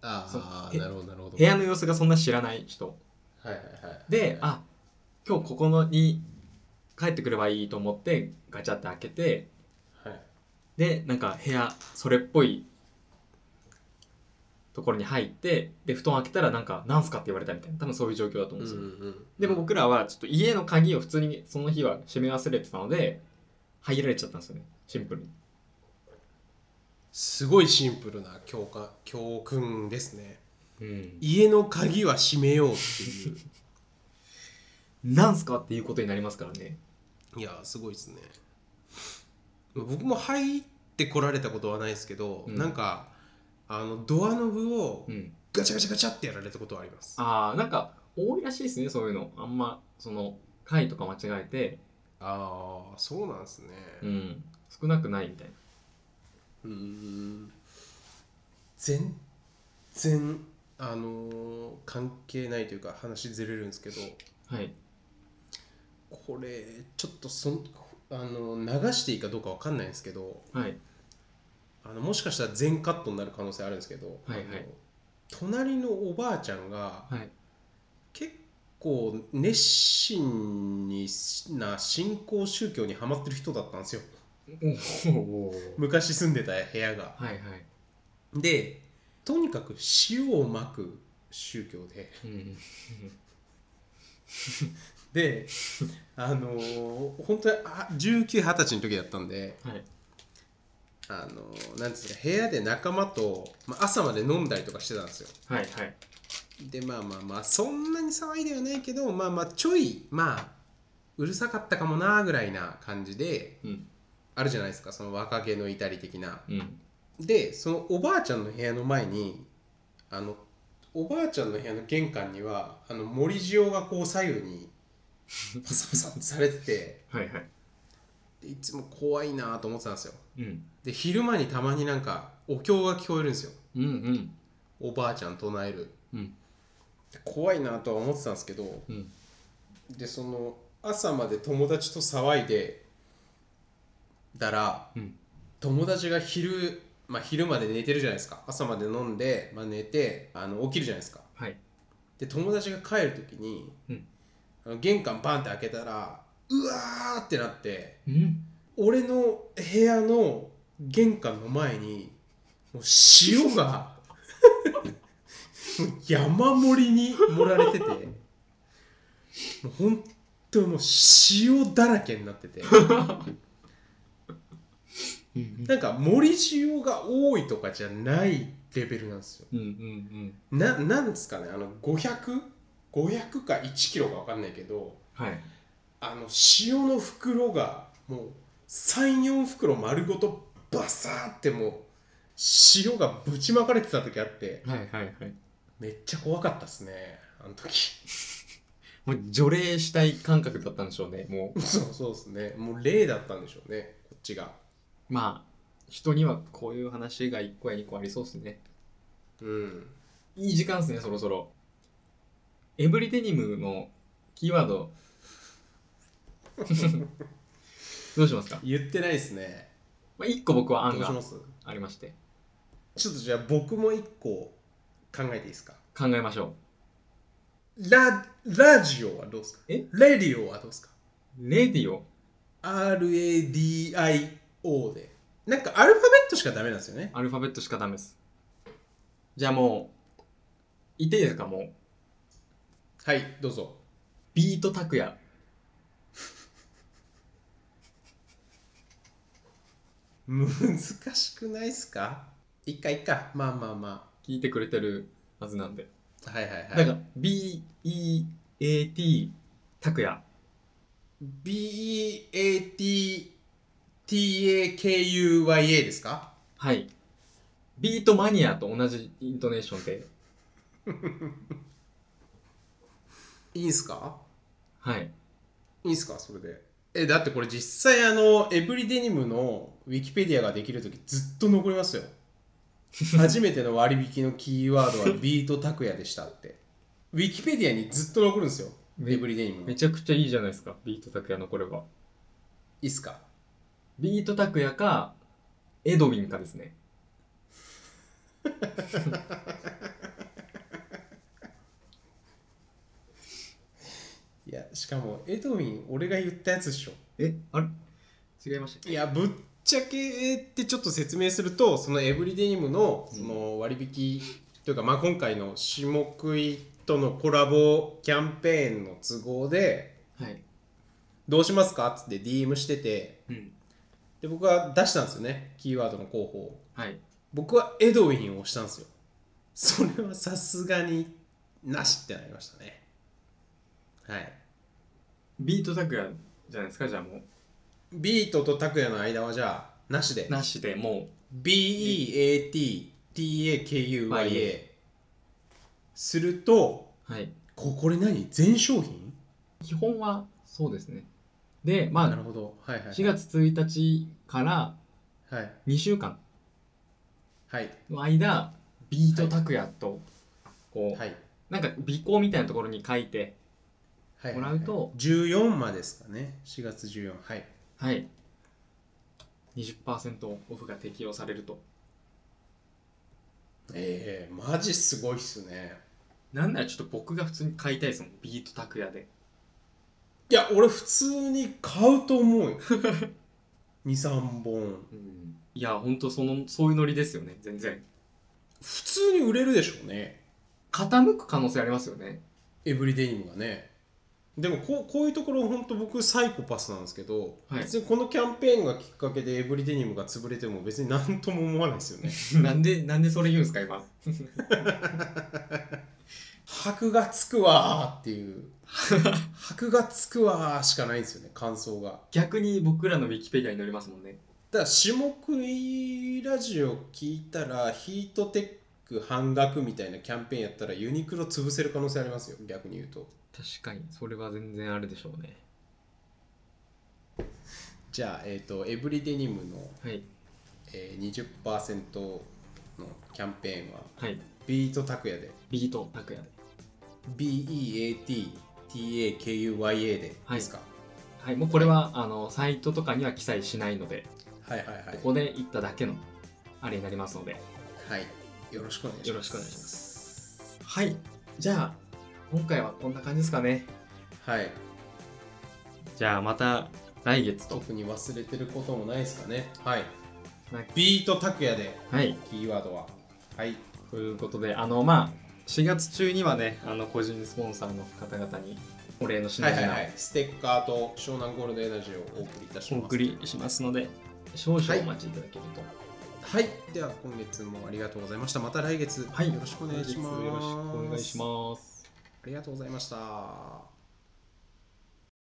Speaker 2: あ
Speaker 1: そう
Speaker 2: あなるほどなるほど
Speaker 1: 部屋の様子がそんな知らない人
Speaker 2: はいはいはい
Speaker 1: であ今日ここのに帰ってくればいいと思ってガチャって開けて
Speaker 2: はい
Speaker 1: でなんか部屋それっぽいところに入ってで布団開けたらなんか「なんすか?」って言われたみたいな多分そういう状況だと思うんで
Speaker 2: うん
Speaker 1: すよ、
Speaker 2: うん
Speaker 1: でも僕らはちょっと家の鍵を普通にその日は閉め忘れてたので入られちゃったんですよねシンプルに
Speaker 2: すごいシンプルな教科教訓ですね
Speaker 1: うん
Speaker 2: 家の鍵は閉めようっていう
Speaker 1: なんすかっていうことになりますからね
Speaker 2: いやすごいですね僕も入ってこられたことはないですけど、
Speaker 1: うん
Speaker 2: なんかあのドアノブを
Speaker 1: うん
Speaker 2: ガチャガチャガチャってやられたことはあります、
Speaker 1: ああなんか多いらしいですねそういうのあんまその回とか間違えて、
Speaker 2: ああそうなんですね
Speaker 1: うん、少なくないみたいな
Speaker 2: うーん全然あのー関係ないというか話ずれるんですけど
Speaker 1: はい
Speaker 2: これちょっとそんあの流していいかどうかわかんないんですけど
Speaker 1: はい
Speaker 2: あのもしかしたら全カットになる可能性あるんですけど、
Speaker 1: はいはい
Speaker 2: あの隣のおばあちゃんが
Speaker 1: はい
Speaker 2: 結構熱心にな信仰宗教にはまってる人だったんですよ
Speaker 1: おお
Speaker 2: 昔住んでた部屋が。
Speaker 1: はいはい、
Speaker 2: でとにかく塩をまく宗教で
Speaker 1: うん、
Speaker 2: であのー本当にあ1920歳の時だったんで
Speaker 1: はい
Speaker 2: あのなんですか部屋で仲間と、まあ、朝まで飲んだりとかしてたんですよ
Speaker 1: はいはい
Speaker 2: でまあまあまあそんなに騒いではないけどまあまあちょいまあうるさかったかもなぐらいな感じで
Speaker 1: うん
Speaker 2: あるじゃないですかその若気の至り的な
Speaker 1: うん
Speaker 2: でそのおばあちゃんの部屋の前にあのおばあちゃんの部屋の玄関にはあの森塩がこう左右にパサパサってされてて
Speaker 1: はいはい
Speaker 2: でいつも怖いなと思ってたんですよ
Speaker 1: うん
Speaker 2: で昼間にたまになんかお経が聞こえるんですよ
Speaker 1: うんうん
Speaker 2: おばあちゃん唱える
Speaker 1: うん
Speaker 2: で怖いなとは思ってたんですけど
Speaker 1: うん
Speaker 2: でその朝まで友達と騒いでたら
Speaker 1: うん
Speaker 2: 友達が昼、まあ、昼まで寝てるじゃないですか朝まで飲んで、まあ、寝てあの起きるじゃないですか
Speaker 1: はい
Speaker 2: で友達が帰る時に、
Speaker 1: うん
Speaker 2: あの玄関バンって開けたらうわーってなって
Speaker 1: うん
Speaker 2: 俺の部屋の玄関の前にもう塩が もう山盛りに盛られててもう本当もう塩だらけになってて
Speaker 1: うん
Speaker 2: なんか盛り塩が多いとかじゃないレベルなんですよ
Speaker 1: うんうん
Speaker 2: ななんですかねあの 500?500 か1キロか分かんないけど
Speaker 1: はい
Speaker 2: あの塩の袋がもう34袋丸ごとバサーってもう塩がぶちまかれてた時あって
Speaker 1: はいはいはい
Speaker 2: めっちゃ怖かったっすねあの時
Speaker 1: もう除霊したい感覚だったんでしょうねもう
Speaker 2: そうそうですねもう霊だったんでしょうねこっちが
Speaker 1: まあ人にはこういう話が1個や2個ありそうですね
Speaker 2: うん
Speaker 1: いい時間ですねそろそろエブリデニムのキーワー ドどうしますか、
Speaker 2: 言ってないですね
Speaker 1: まあ、1個僕は
Speaker 2: どう
Speaker 1: 案
Speaker 2: しま
Speaker 1: が
Speaker 2: す
Speaker 1: ありまして
Speaker 2: ちょっとじゃあ僕も一個考えていいですか
Speaker 1: 考えましょ
Speaker 2: ララジオはどうですか
Speaker 1: え
Speaker 2: レディオはどうですか
Speaker 1: うレディオ
Speaker 2: ?RADIO でなんかアルファベットしかダメなんですよね
Speaker 1: アルファベットしかダメですじゃあもういっていいですかもう
Speaker 2: はいどうぞ
Speaker 1: ビート拓也
Speaker 2: 難しくないっすかいっかいっかまあまあま
Speaker 1: 聞いてくれてるはずなんで、
Speaker 2: あはいはいはい
Speaker 1: だから BEAT 拓也
Speaker 2: BEATTAKUYA ですか
Speaker 1: はいビートマニアと同じイントネーションで
Speaker 2: いいんすか
Speaker 1: はい
Speaker 2: いいんすかそれでえだってこれ実際あのエブリデニムのウィキペディアができる時ずっと残 りますよ初めての割引のキーワードはビートタクヤでしたってウィキペディアにずっと残るんですよ
Speaker 1: め
Speaker 2: エブリデニムの
Speaker 1: め
Speaker 2: い
Speaker 1: ちゃくちゃいいじゃないですかビート拓也のこれはい
Speaker 2: っすか
Speaker 1: ビート拓也かエドウィンかですね
Speaker 2: いやしかもエドウィン俺が言ったやつでしょ
Speaker 1: えあれ違いましたっけ
Speaker 2: いやぶっちゃけってちょっと説明するとそのエブリデニムのその割引というか、まあ、今回の下食いとのコラボキャンペーンの都合で
Speaker 1: はい、
Speaker 2: 「どうしますか?」っつって DM してて
Speaker 1: うん、
Speaker 2: で僕は出したんですよねキーワードの候補を
Speaker 1: はい
Speaker 2: 僕はエドウィンを押したんですよそれはさすがになしってなりましたねはい
Speaker 1: ビート拓也じゃないですかじゃあも
Speaker 2: ビートとタクヤの間はじゃあなしで
Speaker 1: うなしでも
Speaker 2: BEATTAKUYA すると
Speaker 1: うはい
Speaker 2: ここれ何全商品
Speaker 1: 基本はそうですねでま
Speaker 2: な
Speaker 1: あ
Speaker 2: るほどはいはい
Speaker 1: 4月1日から
Speaker 2: はい
Speaker 1: 2週間
Speaker 2: はい
Speaker 1: の間ビート拓也とこう、
Speaker 2: はい
Speaker 1: なんか尾行みたいなところに書いて
Speaker 2: はい
Speaker 1: もらうと
Speaker 2: 14までですかね4月14はい
Speaker 1: はい20%オフが適用されると
Speaker 2: ええマジすごいっすね
Speaker 1: なんならちょっと僕が普通に買いたいですもんビート拓也で
Speaker 2: いや俺普通に買うと思 うよ23本
Speaker 1: うんいやほんとそのそういうノリですよね全然
Speaker 2: 普通に売れるでしょうね
Speaker 1: 傾く可能性ありますよね
Speaker 2: エブリデニムがねでもこうこういうところ本当僕サイコパスなんですけど、
Speaker 1: はい
Speaker 2: 別にこのキャンペーンがきっかけでエブリデニムが潰れても別に 何とも思わないですよね
Speaker 1: なんでなんでそれ言うんですか今
Speaker 2: 箔がつくわーっていう箔がつくわーしかないんですよね感想が
Speaker 1: 逆に僕らのウィキペディアに載りますもんね
Speaker 2: ただ下食いラジオ聞いたらヒートテック半額みたいなキャンペーンやったらユニクロ潰せる可能性ありますよ逆に言うと
Speaker 1: 確かにそれは全然あるでしょうね
Speaker 2: じゃあえっ、とエブリデニムの、
Speaker 1: はい
Speaker 2: えー、20%のキャンペーンは
Speaker 1: はい
Speaker 2: ビートタクヤで
Speaker 1: ビート拓也で
Speaker 2: BEATTAKUYA で
Speaker 1: はい
Speaker 2: ですか、
Speaker 1: はいもうこれは、あのサイトとかには記載しないので
Speaker 2: はい、はいはいはい
Speaker 1: ここで行っただけのあれになりますので
Speaker 2: よろしくお願いします
Speaker 1: よろしくお願いしまはいじゃあ今回はこんな感じですかね
Speaker 2: はい
Speaker 1: じゃあまた来月と
Speaker 2: 特に忘れてることもないですかねはい
Speaker 1: はい
Speaker 2: ビートタクヤで
Speaker 1: はい
Speaker 2: キーワードははい
Speaker 1: ということであのまあ4月中にはねあの個人スポンサーの方々にお礼の品
Speaker 2: はいはい
Speaker 1: 々
Speaker 2: はい、ステッカーと湘南ゴールドエナジーをお送りいたし
Speaker 1: をお
Speaker 2: ます。
Speaker 1: 送りしますので少々お待ちいただけると、
Speaker 2: はい、では今月もありがとうございました。また来月、
Speaker 1: はい
Speaker 2: よろしくお願いします。
Speaker 1: よろしくお願いし
Speaker 2: す。
Speaker 1: ます
Speaker 2: ありがとうございました。